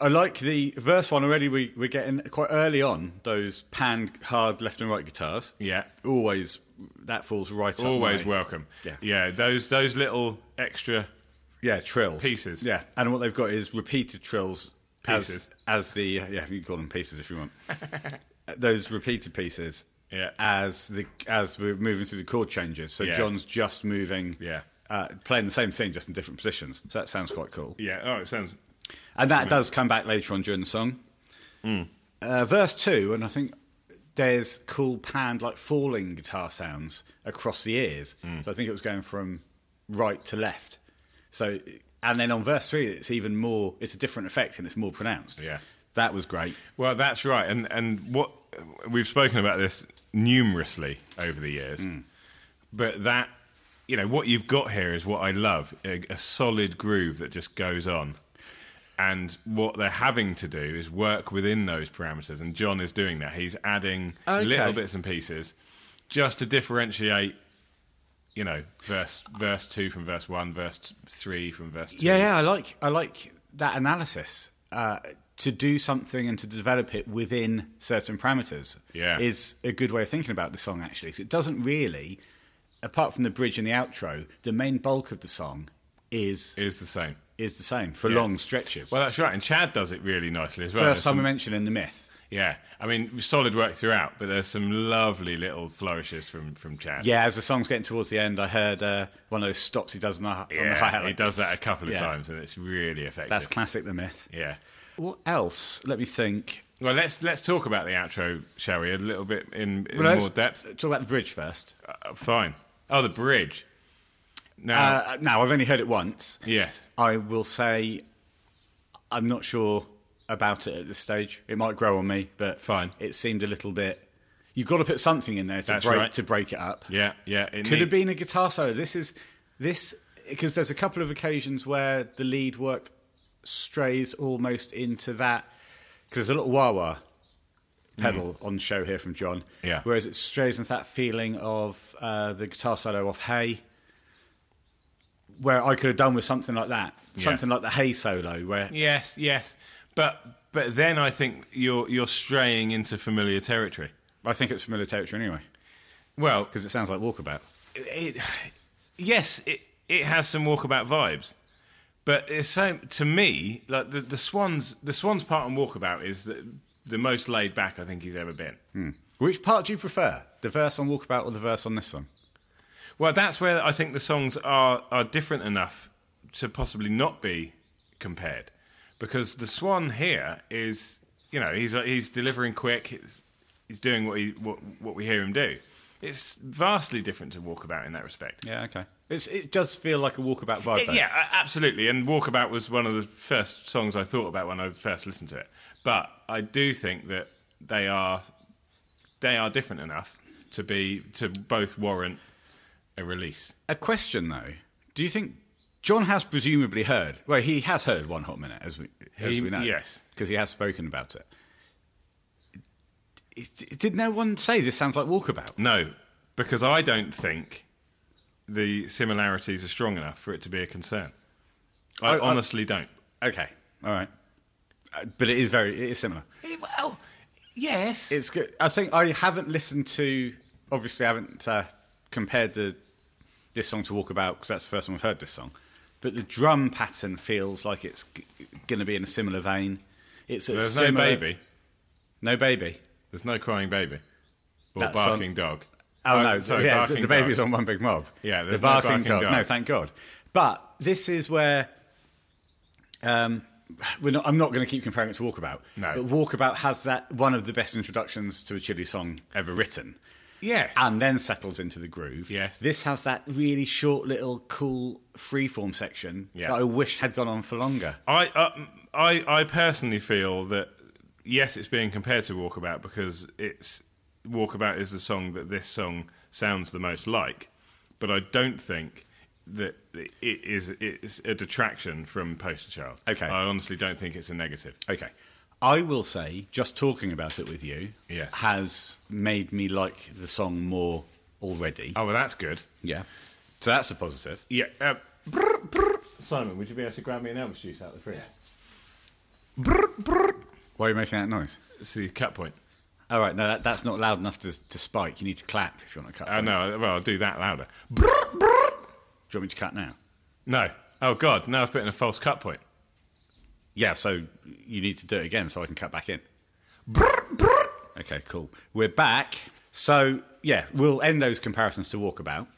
Speaker 1: I like the verse one already. We we're getting quite early on those panned hard left and right guitars.
Speaker 2: Yeah.
Speaker 1: Always that falls right. up
Speaker 2: Always
Speaker 1: my-
Speaker 2: welcome.
Speaker 1: Yeah.
Speaker 2: Those those little extra
Speaker 1: Yeah, trills.
Speaker 2: Pieces.
Speaker 1: Yeah, and what they've got is repeated trills
Speaker 2: Pieces.
Speaker 1: as as the yeah you can call them pieces if you want. Those repeated pieces.
Speaker 2: Yeah.
Speaker 1: As the as we're moving through the chord changes, so
Speaker 2: Yeah.
Speaker 1: John's just moving.
Speaker 2: Yeah.
Speaker 1: Uh, playing the same thing just in different positions. So that sounds quite cool.
Speaker 2: Yeah. Oh, it sounds.
Speaker 1: And that does come back later on during the song. Uh, verse two, and I think there's cool panned, like falling guitar sounds across the ears. So I think it was going from right to left. So, and then on verse three, it's even more, it's a different effect and it's more pronounced.
Speaker 2: Yeah.
Speaker 1: That was great.
Speaker 2: Well, that's right. And and what we've spoken about this numerously over the years,
Speaker 1: Mm.
Speaker 2: but that you know what you've got here is what I love: a, a solid groove that just goes on. And what they're having to do is work within those parameters, and John is doing that. He's adding
Speaker 1: Okay.
Speaker 2: little bits and pieces just to differentiate, you know, verse verse two from verse one, verse t- three from verse two.
Speaker 1: Yeah, yeah, I like I like that analysis. Uh, to do something and to develop it within certain parameters
Speaker 2: Yeah.
Speaker 1: is a good way of thinking about the song actually. 'cause it doesn't really, apart from the bridge and the outro, the main bulk of the song is
Speaker 2: is the same.
Speaker 1: is the same for
Speaker 2: Yeah.
Speaker 1: long stretches.
Speaker 2: Well, that's right, and Chad does it really nicely as well.
Speaker 1: First
Speaker 2: There's
Speaker 1: time
Speaker 2: some-
Speaker 1: we mentioned in the myth.
Speaker 2: Yeah, I mean, solid work throughout, but there's some lovely little flourishes from from Chad.
Speaker 1: Yeah, as the song's getting towards the end, I heard uh, one of those stops he does on the, on the
Speaker 2: Yeah,
Speaker 1: hi-hat,
Speaker 2: he
Speaker 1: like,
Speaker 2: does that a couple of
Speaker 1: Yeah.
Speaker 2: times, and it's really effective.
Speaker 1: That's classic the myth.
Speaker 2: yeah.
Speaker 1: What else? Let me think.
Speaker 2: Well, let's let's talk about the outro, shall we? A little bit in, in
Speaker 1: Well,
Speaker 2: more
Speaker 1: let's
Speaker 2: depth.
Speaker 1: Talk about the bridge first.
Speaker 2: Uh, fine. Oh, the bridge. Now,
Speaker 1: Uh, now I've only heard it once.
Speaker 2: yes,
Speaker 1: I will say I'm not sure about it at this stage. It might grow on me, but
Speaker 2: Fine.
Speaker 1: It seemed a little bit. You've got to put something in there to
Speaker 2: That's
Speaker 1: break
Speaker 2: right.
Speaker 1: to break it up.
Speaker 2: yeah, yeah. it
Speaker 1: Could have
Speaker 2: need-
Speaker 1: been a guitar solo. This is this because there's a couple of occasions where the lead work strays almost into that because there's a little wah wah pedal on show here from John.
Speaker 2: Mm. Yeah.
Speaker 1: Whereas it strays into that feeling of uh, the guitar solo off Hey, where I could have done with something like that, something like the Hey solo, where
Speaker 2: Yes, yes. But but then I think you're you're straying into familiar territory.
Speaker 1: I think it's familiar territory anyway
Speaker 2: Well,
Speaker 1: because it sounds like Walkabout.
Speaker 2: it, yes, it it has some walkabout vibes, but it's so to me like the, the Swans the Swans part on walkabout is the, the most laid back I think he's ever been.
Speaker 1: Which part do you prefer, the verse on Walkabout or the verse on this song?
Speaker 2: Well, that's where I think the songs are are different enough to possibly not be compared, because the Swan here is you know he's he's delivering quick, he's, he's doing what he what what we hear him do. It's vastly different to walkabout in that respect.
Speaker 1: Yeah, okay. It's, it does feel like a Walkabout vibe. though.
Speaker 2: Yeah, a- absolutely. And Walkabout was one of the first songs I thought about when I first listened to it. But I do think that they are they are different enough to be to both warrant a release.
Speaker 1: A question though: Do you think John has presumably heard? Well, he has heard one hot minute, as we as
Speaker 2: He-
Speaker 1: we know,
Speaker 2: yes.
Speaker 1: because he has spoken about it. It- Did no one say this sounds like Walkabout?
Speaker 2: No, because I don't think the similarities are strong enough for it to be a concern. I,
Speaker 1: I- I-
Speaker 2: honestly don't.
Speaker 1: Okay, all right, Uh, but it is very it is similar.
Speaker 2: Eh, Well, yes.
Speaker 1: It's good. I think I haven't listened to. Obviously, I haven't uh, compared the this song to Walkabout because that's the first time I've heard this song. But the drum pattern feels like it's g- going to be in a similar vein. It's a
Speaker 2: There's
Speaker 1: similar-
Speaker 2: no baby.
Speaker 1: No baby.
Speaker 2: There's no crying baby or
Speaker 1: That's on-
Speaker 2: barking dog. Uh,
Speaker 1: Oh, no,
Speaker 2: sorry,
Speaker 1: yeah,
Speaker 2: barking
Speaker 1: the, the baby's
Speaker 2: dog.
Speaker 1: on one big mob.
Speaker 2: Yeah,
Speaker 1: the
Speaker 2: there's no
Speaker 1: barking,
Speaker 2: barking
Speaker 1: dog.
Speaker 2: dog.
Speaker 1: No, thank God. But this is where um, we're not, I'm not going to keep comparing it to Walkabout.
Speaker 2: No.
Speaker 1: but Walkabout has that one of the best introductions to a Chili song ever written.
Speaker 2: Yes.
Speaker 1: and then settles into the groove.
Speaker 2: Yes.
Speaker 1: this has that really short, little, cool freeform section
Speaker 2: Yeah.
Speaker 1: that I wish had gone on for longer.
Speaker 2: I, uh, I, I personally feel that yes, it's being compared to Walkabout because it's Walkabout is the song that this song sounds the most like, but I don't think that it is it's a detraction from Poster Child.
Speaker 1: Okay.
Speaker 2: I honestly don't think it's a negative.
Speaker 1: Okay. I will say, just talking about it with you
Speaker 2: Yes.
Speaker 1: has made me like the song more already.
Speaker 2: Oh well, that's good.
Speaker 1: Yeah. So that's a positive.
Speaker 2: Yeah. Uh, brr, brr. Simon, would you be able to grab me an Elvis juice out of the fridge?
Speaker 1: Why are you making that noise?
Speaker 2: It's the cut point.
Speaker 1: All right, no, that, that's not loud enough to, to spike. You need to clap
Speaker 2: Uh,
Speaker 1: if you want to cut.
Speaker 2: Oh no, well I'll do that louder.
Speaker 1: Do you want me to cut now?
Speaker 2: No, Oh God! Now I've put in a false cut point.
Speaker 1: Yeah, so you need to do it again so I can cut back in. Okay, cool. We're back. So, yeah, we'll end those comparisons to Walkabout.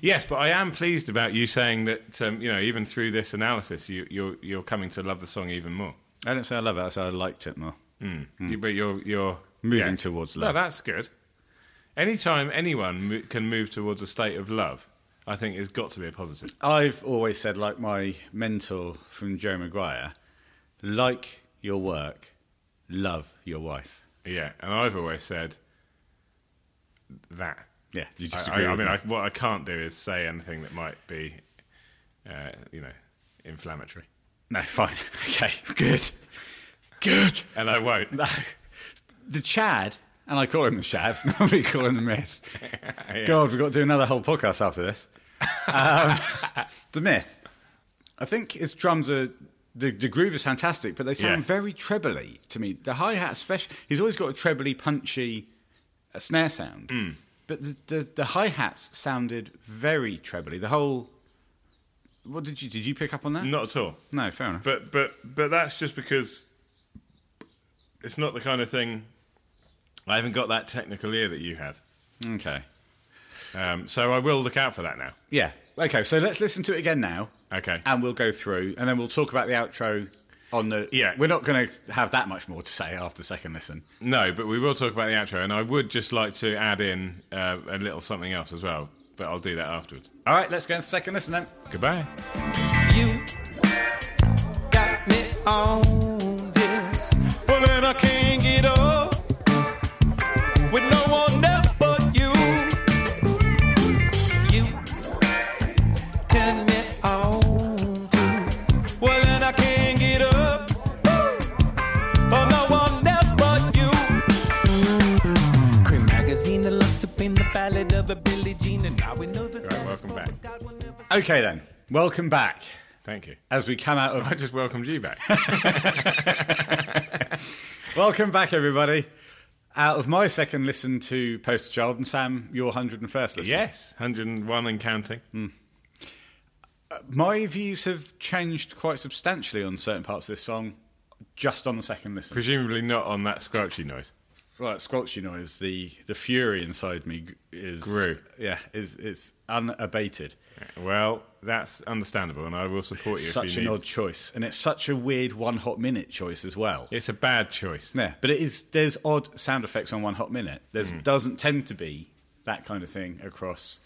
Speaker 2: Yes, but I am pleased about you saying that. Um, you know, even through this analysis, you, you're you're coming to love the song even more.
Speaker 1: I don't say I love it, I say I liked it more.
Speaker 2: You, but you're you're
Speaker 1: Hmm. Moving towards love.
Speaker 2: No, that's good. Anytime anyone mo- can move towards a state of love, I think has got to be a positive.
Speaker 1: I've always said, like my mentor from Joe Maguire, like your work, love your wife.
Speaker 2: Yeah, and I've always said that.
Speaker 1: Yeah, you just
Speaker 2: I-
Speaker 1: agree
Speaker 2: I, I
Speaker 1: with
Speaker 2: mean,
Speaker 1: me.
Speaker 2: I, what I can't do is say anything that might be, uh, you know, inflammatory,
Speaker 1: No, fine. Okay, good. Good.
Speaker 2: and I won't.
Speaker 1: No. The Chad, and I call him the Chad, not me calling him the myth. God, we've got to do another whole podcast after this. Um, the myth. I think his drums are. The, the groove is fantastic, but they sound
Speaker 2: Yes.
Speaker 1: very trebly to me. The hi hat, especially, he's always got a trebly, punchy uh, snare sound. But the, the, the hi hats sounded very trebly. The whole. What did you did you pick up on that?
Speaker 2: Not at all.
Speaker 1: No, fair enough.
Speaker 2: But but but that's just because it's not the kind of thing. I haven't got that technical ear that you have,
Speaker 1: okay.
Speaker 2: um, so I will look out for that now.
Speaker 1: Yeah. Okay, so let's listen to it again now.
Speaker 2: Okay.
Speaker 1: And we'll go through and then we'll talk about the outro on the
Speaker 2: Yeah.
Speaker 1: We're not gonna have that much more to say after second listen.
Speaker 2: No, but we will talk about the outro, and I would just like to add in uh, a little something else as well. But I'll do that afterwards.
Speaker 1: Alright, let's go into second listen then.
Speaker 2: Goodbye.
Speaker 4: You got me on this, well then I can't get up with no one else but you. You turn me on to, well then I can't get up for no one else but you. Cream magazine that loves to paint the palette of a Billie Jean, and now we know the status
Speaker 2: welcome
Speaker 4: quo,
Speaker 2: back.
Speaker 4: but God will never
Speaker 1: Okay then. Welcome back.
Speaker 2: Thank you.
Speaker 1: As we come out
Speaker 2: I
Speaker 1: of
Speaker 2: just welcomed you back.
Speaker 1: Welcome back everybody. Out of my second listen to Poster Child and Sam, your hundred and first listen.
Speaker 2: yes, 101 and counting.
Speaker 1: My views have changed quite substantially on certain parts of this song just on the second listen.
Speaker 2: Presumably not on that squelchy noise.
Speaker 1: Right, squelchy noise. The the fury inside me g- is
Speaker 2: Grew.
Speaker 1: Yeah, is it's unabated.
Speaker 2: Well, that's understandable, and I will support you. if
Speaker 1: such
Speaker 2: you
Speaker 1: an
Speaker 2: need.
Speaker 1: odd choice, and it's such a weird one hot minute choice as well.
Speaker 2: It's a bad choice.
Speaker 1: Yeah, but it is. There's odd sound effects on one hot minute. There's
Speaker 2: Hmm.
Speaker 1: doesn't tend to be that kind of thing across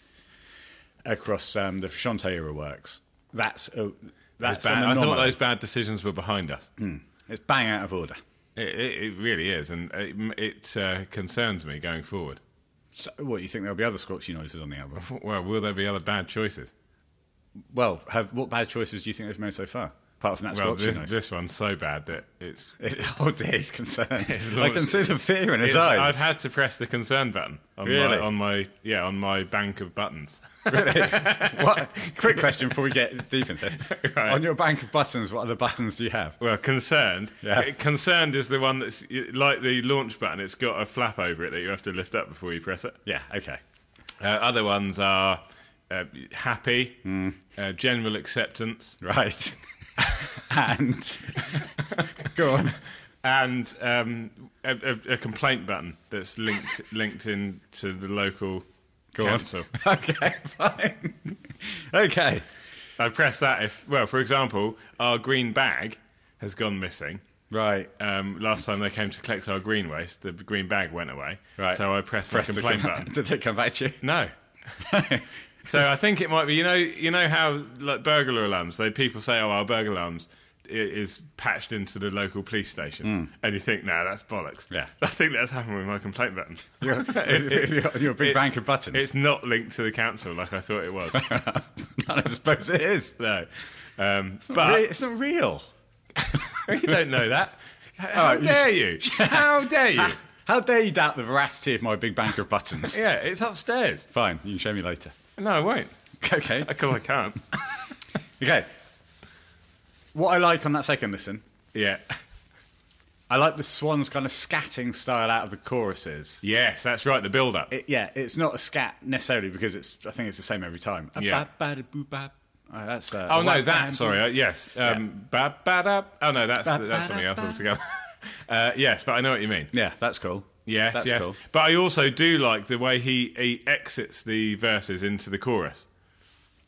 Speaker 1: across um, the Frusciante era works. That's a, that's
Speaker 2: It's bad.
Speaker 1: an
Speaker 2: I thought
Speaker 1: anomaly.
Speaker 2: those bad decisions were behind us.
Speaker 1: It's bang out of order.
Speaker 2: It, it, it really is, and it, it uh, concerns me going forward.
Speaker 1: So, what you think there'll be other squelchy noises on the album?
Speaker 2: Well, will there be other bad choices?
Speaker 1: Well, have, what bad choices do you think they've made so far? Apart from that
Speaker 2: Well,
Speaker 1: squelchy
Speaker 2: this,
Speaker 1: noise.
Speaker 2: this one's so bad that it's.
Speaker 1: It, oh dear, he's concerned. I
Speaker 2: It's
Speaker 1: can
Speaker 2: launched-
Speaker 1: see the fear in his
Speaker 2: it's-
Speaker 1: eyes.
Speaker 2: I've had to press the concern button on
Speaker 1: Really?
Speaker 2: my on my yeah on my bank of buttons.
Speaker 1: What- Quick question before we get deep into this.
Speaker 2: Right.
Speaker 1: On your bank of buttons, what other buttons do you have?
Speaker 2: Well, concerned.
Speaker 1: Yeah.
Speaker 2: C- Concerned is the one that's like the launch button. It's got a flap over it that you have to lift up before you press it.
Speaker 1: Yeah, okay.
Speaker 2: Uh, other ones are uh, happy,
Speaker 1: Hmm.
Speaker 2: uh, general acceptance,
Speaker 1: Right. and go on.
Speaker 2: and um, a, a, a complaint button that's linked linked in to the local
Speaker 1: Go
Speaker 2: council.
Speaker 1: on. Okay, fine. okay.
Speaker 2: I press that if well, for example, our green bag has gone missing.
Speaker 1: Right.
Speaker 2: Um, last time they came to collect our green waste, the green bag went away.
Speaker 1: Right.
Speaker 2: So I pressed
Speaker 1: Press
Speaker 2: the
Speaker 1: the
Speaker 2: complaint
Speaker 1: com-
Speaker 2: button.
Speaker 1: Did it come back to you?
Speaker 2: No. so I think it might be you know you know how like burglar alarms they people say oh our burglar alarms i- is patched into the local police station and you think nah that's bollocks
Speaker 1: Hmm. Yeah.
Speaker 2: I think that's happened with my complaint button
Speaker 1: Your, your, your big
Speaker 2: It's-
Speaker 1: bank of buttons.
Speaker 2: it's not linked to the council like I thought it was
Speaker 1: I suppose it is.
Speaker 2: no um,
Speaker 1: Re-
Speaker 2: but
Speaker 1: it's not real.
Speaker 2: you don't know that how
Speaker 1: right, you-
Speaker 2: dare you how dare you
Speaker 1: How dare you doubt the veracity of my big bank of buttons?
Speaker 2: yeah it's upstairs
Speaker 1: Fine, you can show me later.
Speaker 2: no I won't
Speaker 1: Okay.
Speaker 2: because I can't
Speaker 1: Okay. What I like on that second listen,
Speaker 2: yeah
Speaker 1: I like the Swans kind of scatting style out of the choruses.
Speaker 2: yes that's right the build up
Speaker 1: It, yeah, it's not a scat necessarily because it's I think it's the same every time.
Speaker 2: Yeah.
Speaker 1: Ba-ba-da-boo-bap. Oh, that's, uh,
Speaker 2: Oh no,
Speaker 1: Wham
Speaker 2: that.
Speaker 1: Bam
Speaker 2: Sorry, uh, yes. Um, ba ba da. Oh no, that's that's something else altogether. uh, yes, but I know what you mean.
Speaker 1: Yeah, that's cool.
Speaker 2: Yes,
Speaker 1: that's
Speaker 2: yes.
Speaker 1: cool.
Speaker 2: But I also do like the way he, he exits the verses into the chorus.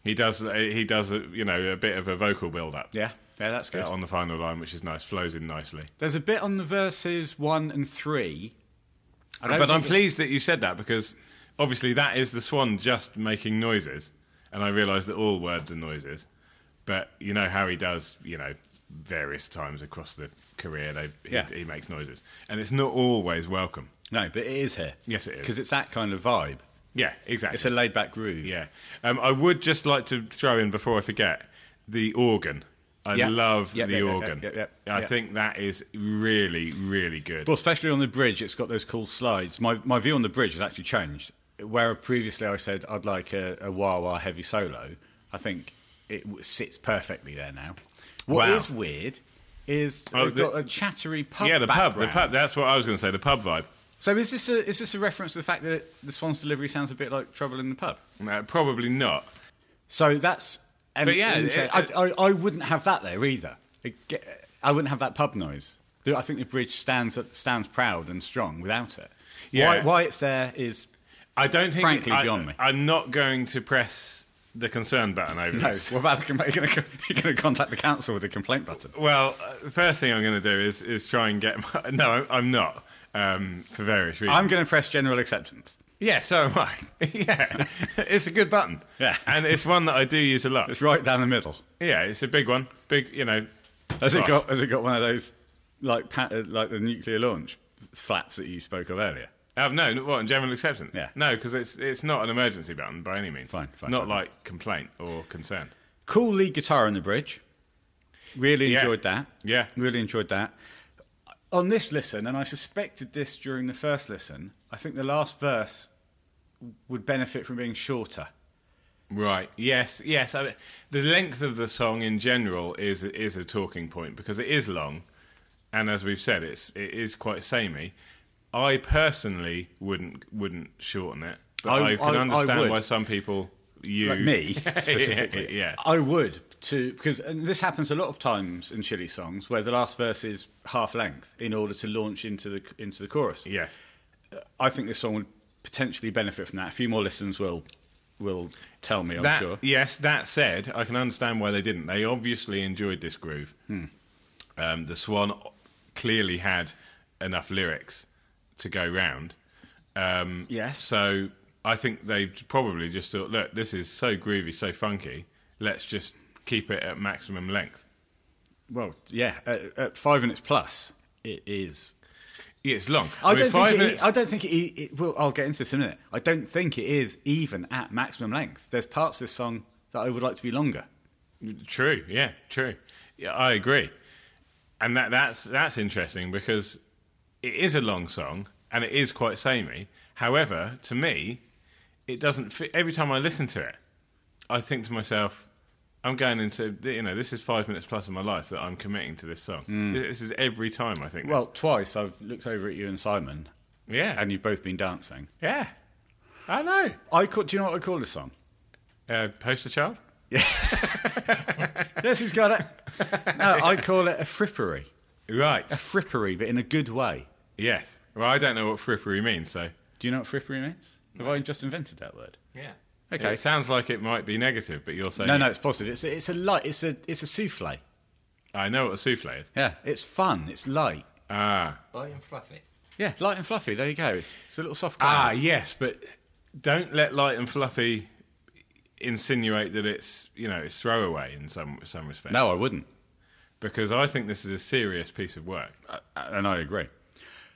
Speaker 2: He does uh, he does you know a bit of a vocal build up.
Speaker 1: Yeah, yeah, that's good.
Speaker 2: uh, on the final line, which is nice, flows in nicely.
Speaker 1: There's a bit on the verses one and three. I don't
Speaker 2: But
Speaker 1: think
Speaker 2: I'm
Speaker 1: it's-
Speaker 2: pleased that you said that because obviously that is the swan just making noises, and I realise that all words are noises. But you know how he does, you know, various times across the career, they, he,
Speaker 1: Yeah.
Speaker 2: he makes noises, and it's not always welcome.
Speaker 1: No, but it is here.
Speaker 2: Yes, it is.
Speaker 1: Because it's that kind of vibe.
Speaker 2: Yeah, exactly.
Speaker 1: It's a laid back groove.
Speaker 2: Yeah. Um, I would just like to throw in before I forget the organ. I
Speaker 1: Yeah.
Speaker 2: love
Speaker 1: Yeah,
Speaker 2: the
Speaker 1: yeah, yeah,
Speaker 2: organ.
Speaker 1: yeah, yeah, yeah,
Speaker 2: I
Speaker 1: yeah.
Speaker 2: think that is really, really good.
Speaker 1: Well, especially on the bridge, it's got those cool slides. My, my view on the bridge has actually changed. Where previously I said I'd like a, a wah wah heavy solo, I think it w- sits perfectly there now. What
Speaker 2: Wow.
Speaker 1: is weird is
Speaker 2: Oh,
Speaker 1: we've
Speaker 2: the-
Speaker 1: got a chattery pub.
Speaker 2: yeah, the pub. The
Speaker 1: background.
Speaker 2: pub. That's what I was going to say. The pub vibe.
Speaker 1: So is this a, is this a reference to the fact that it, the Swan's delivery sounds a bit like Trouble in the Pub?
Speaker 2: No, Uh, probably not.
Speaker 1: So that's. Um,
Speaker 2: But yeah,
Speaker 1: inter-
Speaker 2: it- it-
Speaker 1: I, I, I wouldn't have that there either. It ge- I wouldn't have that pub noise. The- I think the bridge stands stands proud and strong without it.
Speaker 2: Yeah.
Speaker 1: Why, why it's there is
Speaker 2: I don't think.
Speaker 1: Frankly,
Speaker 2: I,
Speaker 1: beyond me.
Speaker 2: I'm not going to press the concern button over
Speaker 1: no.
Speaker 2: this.
Speaker 1: What about the, com- you're going to contact the council with a complaint button?
Speaker 2: Well, uh, the first thing I'm going to do is is try and get. My, no, I'm not. Um, for various reasons.
Speaker 1: I'm going to press general acceptance.
Speaker 2: yeah, so am I. yeah, it's a good button.
Speaker 1: Yeah.
Speaker 2: and it's one that I do use a lot.
Speaker 1: It's right down the middle.
Speaker 2: Yeah, it's a big one. Big, you know.
Speaker 1: Has
Speaker 2: Right.
Speaker 1: it got has it got one of those like pa- uh, like the nuclear launch flaps that you spoke of earlier?
Speaker 2: Um, no, what general acceptance?
Speaker 1: Yeah.
Speaker 2: No, because it's it's not an emergency button by any means.
Speaker 1: Fine, fine,
Speaker 2: Not
Speaker 1: fine.
Speaker 2: like complaint or concern.
Speaker 1: Cool lead guitar on the bridge. Really
Speaker 2: Yeah.
Speaker 1: enjoyed that.
Speaker 2: Yeah.
Speaker 1: Really enjoyed that. On this listen, and I suspected this during the first listen, I think the last verse would benefit from being shorter.
Speaker 2: Right. Yes. Yes. I mean, the length of the song in general is is a talking point because it is long, and as we've said, it's it is quite samey. I personally wouldn't wouldn't shorten it, but I,
Speaker 1: I-
Speaker 2: can
Speaker 1: I- I
Speaker 2: understand
Speaker 1: would.
Speaker 2: why some people you
Speaker 1: like me specifically.
Speaker 2: yeah.
Speaker 1: I would to because and this happens a lot of times in Chili songs where the last verse is half length in order to launch into the into the chorus.
Speaker 2: Yes.
Speaker 1: I think this song would potentially benefit from that. A few more listens will will tell me. I'm
Speaker 2: That-
Speaker 1: sure.
Speaker 2: Yes, that said, I can understand why they didn't. They obviously enjoyed this groove.
Speaker 1: Hmm.
Speaker 2: Um, the Swan clearly had enough lyrics to go round. Um,
Speaker 1: Yes.
Speaker 2: So I think they probably just thought, look, this is so groovy, so funky. Let's just keep it at maximum length.
Speaker 1: Well, yeah, at, at five minutes plus, it is.
Speaker 2: Yeah, it's long.
Speaker 1: I,
Speaker 2: mean,
Speaker 1: don't
Speaker 2: five
Speaker 1: think it, e-,
Speaker 2: minutes-
Speaker 1: I don't think it, it. Well, I'll get into this in a minute. I don't think it is even at maximum length. There's parts of this song that I would like to be longer.
Speaker 2: True. Yeah. True. Yeah, I agree. And that that's that's interesting because it is a long song and it is quite samey. However, to me, it doesn't fit. Every time I listen to it, I think to myself, I'm going into you know this is five minutes plus of my life that I'm committing to this song. This is every time I think.
Speaker 1: Hmm. Well, twice I've looked over at you and Simon,
Speaker 2: this. yeah,
Speaker 1: and you've both been dancing.
Speaker 2: yeah, I know.
Speaker 1: I call, do you know what I call this song?
Speaker 2: Uh, poster child.
Speaker 1: Yes. yes, he's got it. No, I call it a frippery.
Speaker 2: Right.
Speaker 1: A frippery, but in a good way.
Speaker 2: yes. Well, I don't know what frippery means, so
Speaker 1: Do you know what frippery means? Have I just invented that word?
Speaker 2: yeah.
Speaker 1: Okay.
Speaker 2: It sounds like it might be negative, but you're saying
Speaker 1: No, no, it's positive. It's, it's a light. It's a it's a souffle.
Speaker 2: I know what a souffle is.
Speaker 1: Yeah, it's fun. It's light.
Speaker 2: Ah.
Speaker 3: Light and fluffy.
Speaker 1: Yeah, light and fluffy. There you go. It's a little soft.
Speaker 2: Ah,
Speaker 1: Ah,
Speaker 2: yes, but don't let light and fluffy insinuate that it's you know it's throwaway in some some respect.
Speaker 1: no, I wouldn't,
Speaker 2: because I think this is a serious piece of work.
Speaker 1: Uh, and I agree.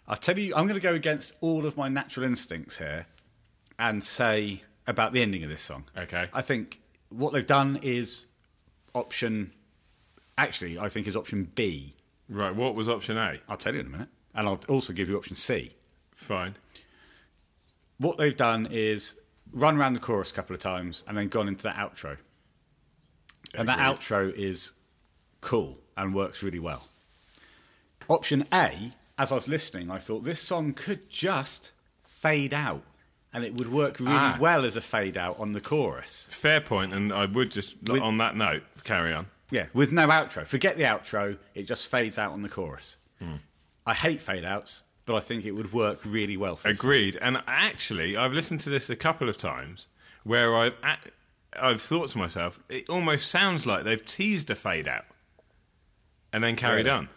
Speaker 1: I tell you, I'm going to go against all of my natural instincts here, and say about the ending of this song.
Speaker 2: Okay.
Speaker 1: I think what they've done is option. Actually, I think is option B.
Speaker 2: Right, what was option A?
Speaker 1: I'll tell you in a minute, and I'll also give you option C.
Speaker 2: Fine.
Speaker 1: What they've done is run around the chorus a couple of times and then gone into that outro. And that
Speaker 2: Agreed.
Speaker 1: outro is cool and works really well. Option A, as I was listening, I thought this song could just fade out and it would work really
Speaker 2: Ah.
Speaker 1: well as a fade out on the chorus.
Speaker 2: Fair point, and I would just
Speaker 1: With-
Speaker 2: on that note carry on.
Speaker 1: Yeah, with no outro. Forget the outro, it just fades out on the chorus.
Speaker 2: Hmm.
Speaker 1: I hate fade outs, but I think it would work really well for this.
Speaker 2: Agreed. And actually, I've listened to this a couple of times where I've ac- I've thought to myself, it almost sounds like they've teased a fade out and then carried
Speaker 1: Really? Hmm.
Speaker 2: on.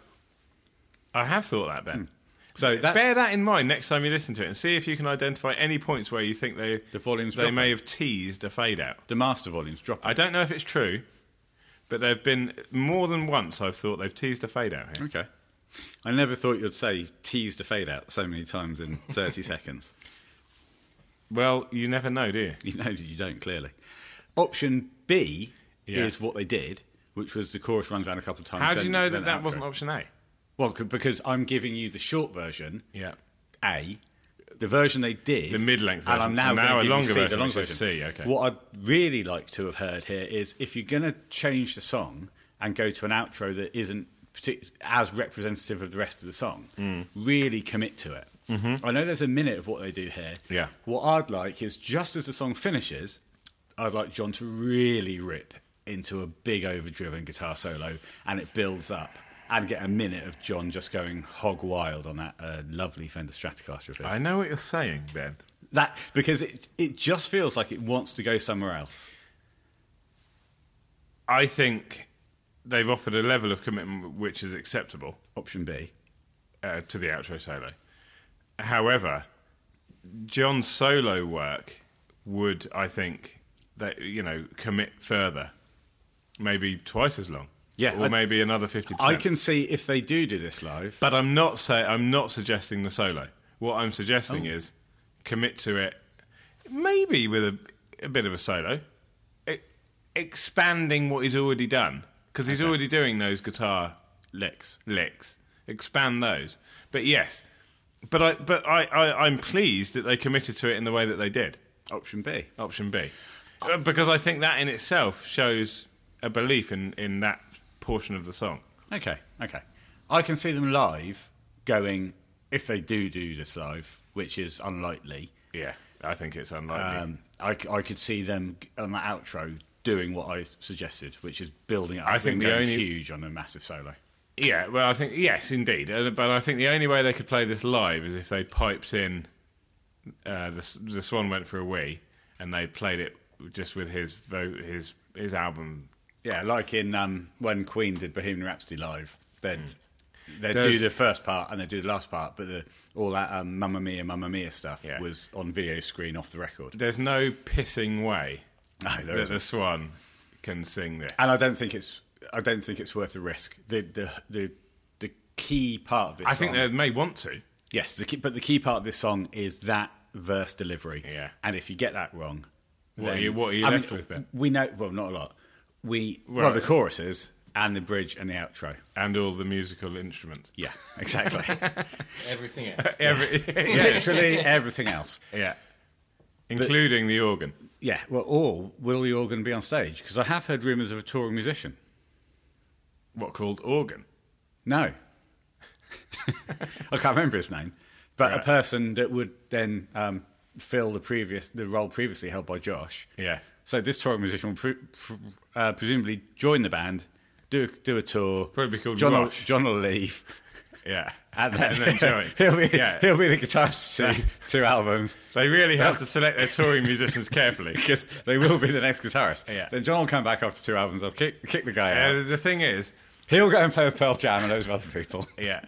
Speaker 2: I have thought that then.
Speaker 1: So that's
Speaker 2: Bear that in mind next time you listen to it and see if you can identify any points where you think they
Speaker 1: The volume's
Speaker 2: they may have teased a fade out.
Speaker 1: the master volume's dropping.
Speaker 2: I don't know if it's true, but there've been more than once I've thought they've teased a fade out here.
Speaker 1: okay. I never thought you'd say teased a fade out so many times in 30 seconds.
Speaker 2: Well, you never know, do you?
Speaker 1: You know that you don't, clearly. Option B
Speaker 2: Yeah.
Speaker 1: is what they did, which was the chorus runs around a couple of times.
Speaker 2: How do you
Speaker 1: then-
Speaker 2: know
Speaker 1: then
Speaker 2: that that
Speaker 1: outro.
Speaker 2: wasn't option A?
Speaker 1: Well, c- because I'm giving you the short version,
Speaker 2: Yeah.
Speaker 1: A, the version they did,
Speaker 2: The mid-length
Speaker 1: and
Speaker 2: version.
Speaker 1: I'm now,
Speaker 2: Now
Speaker 1: gonna
Speaker 2: a
Speaker 1: give you
Speaker 2: longer
Speaker 1: C,
Speaker 2: version,
Speaker 1: The long
Speaker 2: which
Speaker 1: version.
Speaker 2: is C, okay.
Speaker 1: What I'd really like to have heard here is if you're going to change the song and go to an outro that isn't partic- as representative of the rest of the song,
Speaker 2: Hmm.
Speaker 1: really commit to it. I know there's a minute of what they do here.
Speaker 2: Mm-hmm. Yeah.
Speaker 1: What I'd like is just as the song finishes, I'd like John to really rip into a big overdriven guitar solo, and it builds up. And get a minute of John just going hog wild on that uh, lovely Fender Stratocaster of his.
Speaker 2: I know what you're saying, Ben.
Speaker 1: That because it it just feels like it wants to go somewhere else.
Speaker 2: I think they've offered a level of commitment which is acceptable
Speaker 1: Option B.
Speaker 2: uh, to the outro solo. However, John's solo work would, I think, that you know, commit further, maybe twice as long,
Speaker 1: Yeah,
Speaker 2: or
Speaker 1: I-
Speaker 2: maybe another fifty percent.
Speaker 1: I can see if they do do this live.
Speaker 2: but I'm not say I'm not suggesting the solo. What I'm suggesting is commit to it, maybe with a, a bit of a solo, e- expanding what he's already done because he's already doing those guitar
Speaker 1: Licks.
Speaker 2: licks. Expand those, but yes, but I but I, I I'm pleased that they committed to it in the way that they did.
Speaker 1: Option B.
Speaker 2: Option B, Uh, because I think that in itself shows a belief in in that portion of the song.
Speaker 1: Okay. Okay. I can see them live going if they do do this live, which is unlikely.
Speaker 2: Yeah, I think it's unlikely.
Speaker 1: Um, I, c- I could see them g- on that outro doing what I suggested, which is building it up.
Speaker 2: I think
Speaker 1: and
Speaker 2: the
Speaker 1: going
Speaker 2: only-
Speaker 1: huge on a massive solo.
Speaker 2: Yeah, well, I think yes, indeed. Uh, But I think the only way they could play this live is if they piped in uh, the S- the Swan went for a wee, and they played it just with his vo- his his album.
Speaker 1: Yeah, like in um, when Queen did Bohemian Rhapsody live, they'd they'd do
Speaker 2: Hmm. There's-
Speaker 1: the first part and they'd do the last part, but the, all that um, Mamma Mia, Mamma Mia stuff
Speaker 2: Yeah.
Speaker 1: was on video screen off the record.
Speaker 2: There's no pissing way
Speaker 1: No, there
Speaker 2: that
Speaker 1: isn't.
Speaker 2: the Swan can sing this.
Speaker 1: And I don't think it's I don't think it's worth the risk. The the the, the key part of this
Speaker 2: I
Speaker 1: song,
Speaker 2: think they may want to.
Speaker 1: yes, the key, but the key part of this song is that verse delivery.
Speaker 2: Yeah.
Speaker 1: and if you get that wrong,
Speaker 2: What are you- what are you left with, Ben?
Speaker 1: We know well, not a lot. We
Speaker 2: Well-
Speaker 1: well the choruses and the bridge and the outro.
Speaker 2: And all the musical instruments.
Speaker 1: Yeah, exactly.
Speaker 3: Everything else.
Speaker 2: Every, yeah,
Speaker 1: literally everything else.
Speaker 2: yeah. Including the organ.
Speaker 1: Yeah, well, or will the organ be on stage? Because I have heard rumours of a touring musician.
Speaker 2: What called organ?
Speaker 1: No, I can't remember his name, but a
Speaker 2: Right.
Speaker 1: person that would then um, fill the previous the role previously held by Josh.
Speaker 2: Yes.
Speaker 1: So this touring musician will pre- pr- uh, presumably join the band, do do a tour.
Speaker 2: Probably be called
Speaker 1: John. Will,
Speaker 2: Josh.
Speaker 1: John will leave.
Speaker 2: Yeah.
Speaker 1: And then,
Speaker 2: join.
Speaker 1: he'll be
Speaker 2: Yeah.
Speaker 1: he'll be the guitarist for two, two albums.
Speaker 2: They really have to select their touring musicians carefully.
Speaker 1: because they will be the next guitarist.
Speaker 2: Yeah.
Speaker 1: Then John will come back after two albums. I'll kick, kick the guy out.
Speaker 2: Uh, the thing is,
Speaker 1: He'll go and play with Pearl Jam and loads of other people.
Speaker 2: yeah,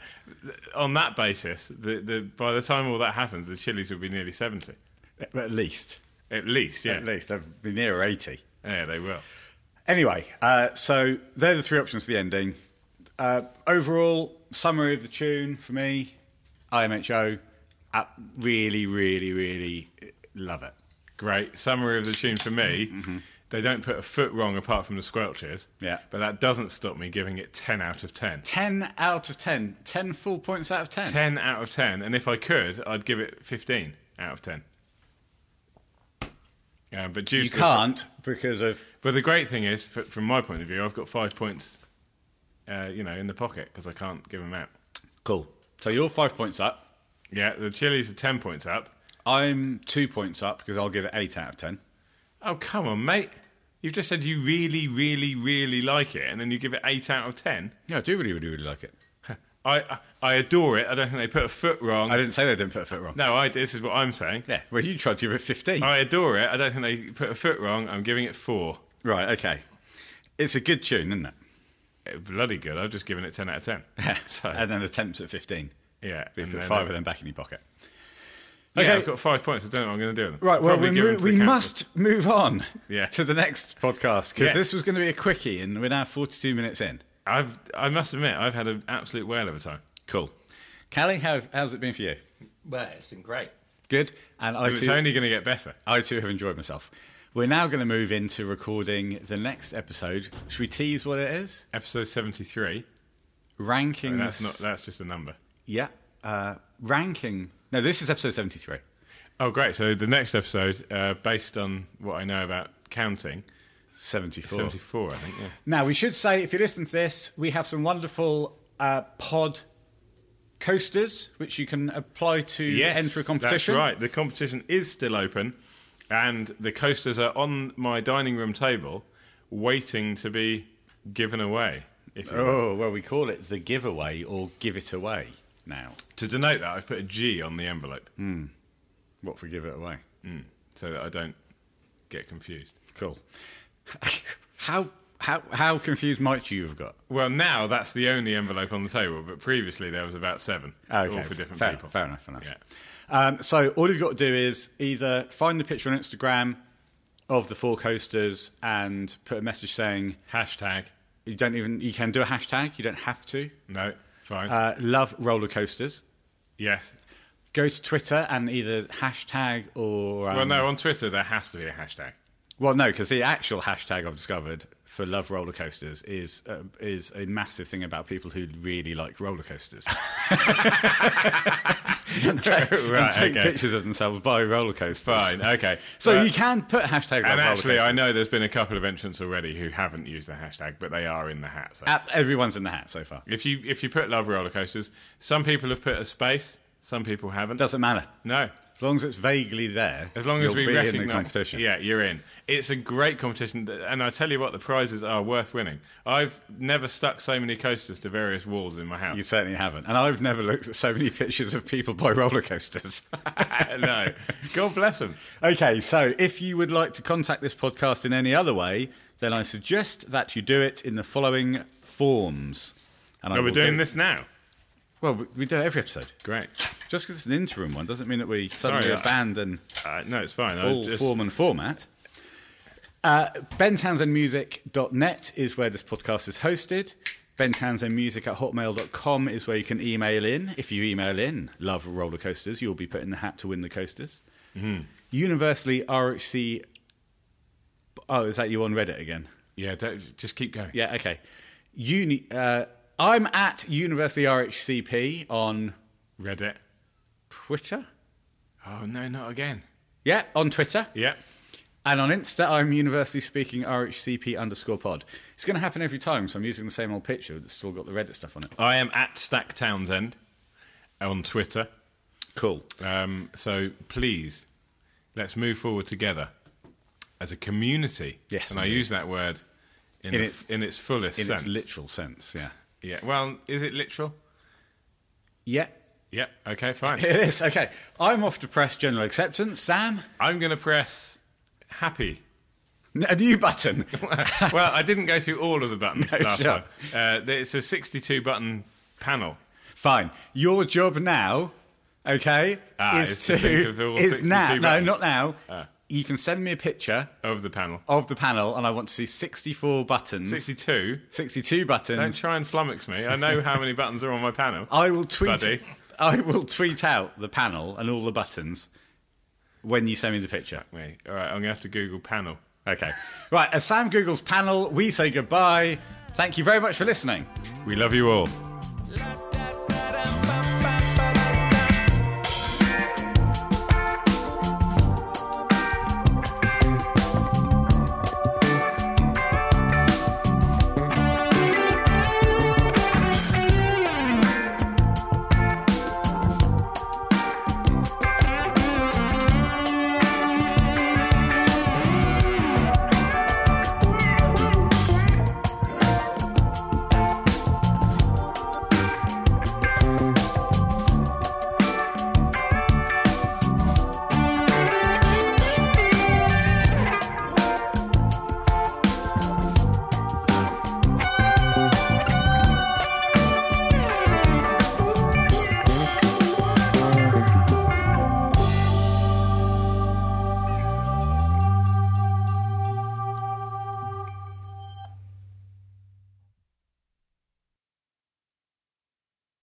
Speaker 2: th- on that basis, the, the, by the time all that happens, the Chili's will be nearly 70.
Speaker 1: At least.
Speaker 2: At least, yeah.
Speaker 1: At least. They've been near 80.
Speaker 2: Yeah, they will.
Speaker 1: Anyway, uh, so they're the three options for the ending. Uh, overall, summary of the tune for me, IMHO, uh, really, really, really love it.
Speaker 2: Great. Summary of the tune for me. They don't put a foot wrong apart from the squelches.
Speaker 1: Mm-hmm, Yeah.
Speaker 2: But that doesn't stop me giving it 10 out of 10.
Speaker 1: 10 out of 10. 10 full points out of 10.
Speaker 2: 10 out of 10. And if I could, I'd give it 15 out of 10. Yeah, but due
Speaker 1: You
Speaker 2: to the-
Speaker 1: can't because of.
Speaker 2: But the great thing is, f- from my point of view, I've got five points, uh, you know, in the pocket because I can't give them out.
Speaker 1: Cool. So you're five points up.
Speaker 2: Yeah, the Chili's are ten points up.
Speaker 1: I'm two points up because I'll give it eight out of ten.
Speaker 2: Oh, come on, mate. You've just said you really, really, really like it, and then you give it 8 out of 10.
Speaker 1: Yeah, I do really, really, really like it.
Speaker 2: I, I, I adore it. I don't think they put a foot wrong.
Speaker 1: I didn't say they didn't put a foot wrong.
Speaker 2: no, I, this is what I'm saying.
Speaker 1: Yeah, well, you tried to give it 15.
Speaker 2: I adore it. I don't think they put a foot wrong. I'm giving it 4.
Speaker 1: Right, okay. It's a good tune, isn't it?
Speaker 2: Eh, Bloody good. I've just given it 10 out of 10. so,
Speaker 1: and then attempts at 15.
Speaker 2: yeah.
Speaker 1: But you
Speaker 2: and
Speaker 1: put
Speaker 2: then-
Speaker 1: five of them back in your pocket.
Speaker 2: Yeah,
Speaker 1: Okay.
Speaker 2: I've got five points. I don't know what I'm going to do with them.
Speaker 1: Right, well,
Speaker 2: Probably
Speaker 1: we,
Speaker 2: give them
Speaker 1: mo-
Speaker 2: to the
Speaker 1: we
Speaker 2: council.
Speaker 1: must move on
Speaker 2: Yeah.
Speaker 1: to the next podcast because
Speaker 2: Yes.
Speaker 1: this was going to be a quickie and we're now 42 minutes in.
Speaker 2: I've, I must admit, I've had an absolute whale of a time.
Speaker 1: Cool. Callie, how, how's it been for you?
Speaker 3: Well, it's been great.
Speaker 1: Good. And I
Speaker 2: It's
Speaker 1: too,
Speaker 2: only going to get better.
Speaker 1: I too have enjoyed myself. We're now going to move into recording the next episode. Should we tease what it is?
Speaker 2: Episode 73.
Speaker 1: Ranking.
Speaker 2: That's, not, that's just a number.
Speaker 1: Yeah. Uh, ranking. No, this is episode 73.
Speaker 2: Oh, great. So the next episode, uh, based on what I know about counting,
Speaker 1: 74.
Speaker 2: 74, I think, yeah.
Speaker 1: Now, we should say, if you listen to this, we have some wonderful uh, pod coasters which you can apply to enter a competition.
Speaker 2: That's right. The competition is still open, and the coasters are on my dining room table, waiting to be given away. If you want.
Speaker 1: Oh, well, we call it the giveaway or give it away now.
Speaker 2: To denote that, I've put a G on the envelope
Speaker 1: What for give it away?
Speaker 2: so that I don't get confused.
Speaker 1: Cool. how, how, how confused might you have got?
Speaker 2: Well, now that's the only envelope on the table, but previously there was about seven, all for different
Speaker 1: Oh, fair,
Speaker 2: people.
Speaker 1: Fair enough. Fair enough.
Speaker 2: Yeah.
Speaker 1: Um, so all you've got to do is either find the picture on Instagram of the four coasters and put a message saying
Speaker 2: Hashtag.
Speaker 1: you don't even you can do a hashtag. You don't have to.
Speaker 2: No, fine.
Speaker 1: Uh, love roller coasters.
Speaker 2: yes.
Speaker 1: Go to Twitter and either hashtag or um,
Speaker 2: Well, no, on Twitter there has to be a hashtag.
Speaker 1: Well, no, because the actual hashtag I've discovered for love roller coasters is uh, is a massive thing about people who really like roller coasters. and take, and
Speaker 2: Right,
Speaker 1: take
Speaker 2: okay.
Speaker 1: pictures of themselves by roller coasters.
Speaker 2: Fine, okay.
Speaker 1: So
Speaker 2: But-
Speaker 1: you can put hashtag love
Speaker 2: And
Speaker 1: roller
Speaker 2: actually, I
Speaker 1: coasters.
Speaker 2: know there's been a couple of entrants already who haven't used the hashtag, but they are in the hat. So.
Speaker 1: App- everyone's in the hat so far. It
Speaker 2: If you if you put love roller coasters, some people have put a space, some people haven't.
Speaker 1: doesn't matter.
Speaker 2: no.
Speaker 1: As long as it's vaguely there.
Speaker 2: As long as
Speaker 1: you'll
Speaker 2: we
Speaker 1: be
Speaker 2: recognise,
Speaker 1: in the competition.
Speaker 2: yeah, you're in. It's a great competition, th- and I tell you what, the prizes are worth winning. I've never stuck so many coasters to various walls in my house.
Speaker 1: You certainly haven't. And I've never looked at so many pictures of people by roller coasters.
Speaker 2: Uh, no, God bless them.
Speaker 1: Okay, so if you would like to contact this podcast in any other way, then I suggest that you do it in the following forms. And I
Speaker 2: Are we
Speaker 1: will
Speaker 2: doing
Speaker 1: do-
Speaker 2: this now?
Speaker 1: Well, we- we do it every episode.
Speaker 2: Great.
Speaker 1: Just because it's an interim one doesn't mean that we suddenly
Speaker 2: Sorry, I-
Speaker 1: abandon
Speaker 2: Uh, no, it's fine. I
Speaker 1: all
Speaker 2: just,
Speaker 1: form and format. Uh, BenTownsendMusic.net is where this podcast is hosted. BenTownsendMusic at hotmail.com is where you can email in. If you email in, love roller coasters, you'll be put in the hat to win the coasters. Universally RHC. Oh, is that you on Reddit again?
Speaker 2: yeah, don't, just keep going.
Speaker 1: Yeah, okay. Uni, uh, I'm at University RHCP on
Speaker 2: Reddit.
Speaker 1: Twitter.
Speaker 2: Oh no, not again.
Speaker 1: Yeah, on Twitter.
Speaker 2: Yeah.
Speaker 1: And on Insta, I'm University Speaking RHCP underscore pod. It's going to happen every time, so I'm using the same old picture that's still got the Reddit stuff on it.
Speaker 2: I am at Stack Townsend on Twitter.
Speaker 1: Cool.
Speaker 2: Um, so please, let's move forward together as a community.
Speaker 1: Yes,
Speaker 2: and I
Speaker 1: indeed.
Speaker 2: use that word in,
Speaker 1: In
Speaker 2: the-
Speaker 1: its-
Speaker 2: in its fullest
Speaker 1: In
Speaker 2: sense.
Speaker 1: its literal sense, yeah.
Speaker 2: yeah. Well, is it literal?
Speaker 1: Yeah,
Speaker 2: Yep. Okay. Fine.
Speaker 1: it is. Okay. I'm off to press general acceptance. Sam,
Speaker 2: I'm going to press happy.
Speaker 1: a new button.
Speaker 2: well, I didn't go through all of the buttons last
Speaker 1: sure.
Speaker 2: time. Uh, there- it's a 62 button panel.
Speaker 1: Fine. Your job now, okay,
Speaker 2: Ah,
Speaker 1: is
Speaker 2: is
Speaker 1: to,
Speaker 2: to think of all
Speaker 1: is
Speaker 2: 62
Speaker 1: now. No,
Speaker 2: buttons. Ah.
Speaker 1: not now. You can send me a picture
Speaker 2: Of the panel,
Speaker 1: of the panel, and I want to see 64 buttons,
Speaker 2: 62.
Speaker 1: 62
Speaker 2: Don't
Speaker 1: buttons.
Speaker 2: try and flummox me. I know how many buttons are on my panel.
Speaker 1: I will tweet.
Speaker 2: Buddy.
Speaker 1: I will tweet out the panel and all the buttons when you send me the picture.
Speaker 2: Wait, all right, I'm going to have to Google panel.
Speaker 1: Okay. Right. As Sam Google's panel, we say goodbye. Thank you very much for listening.
Speaker 2: We love you all.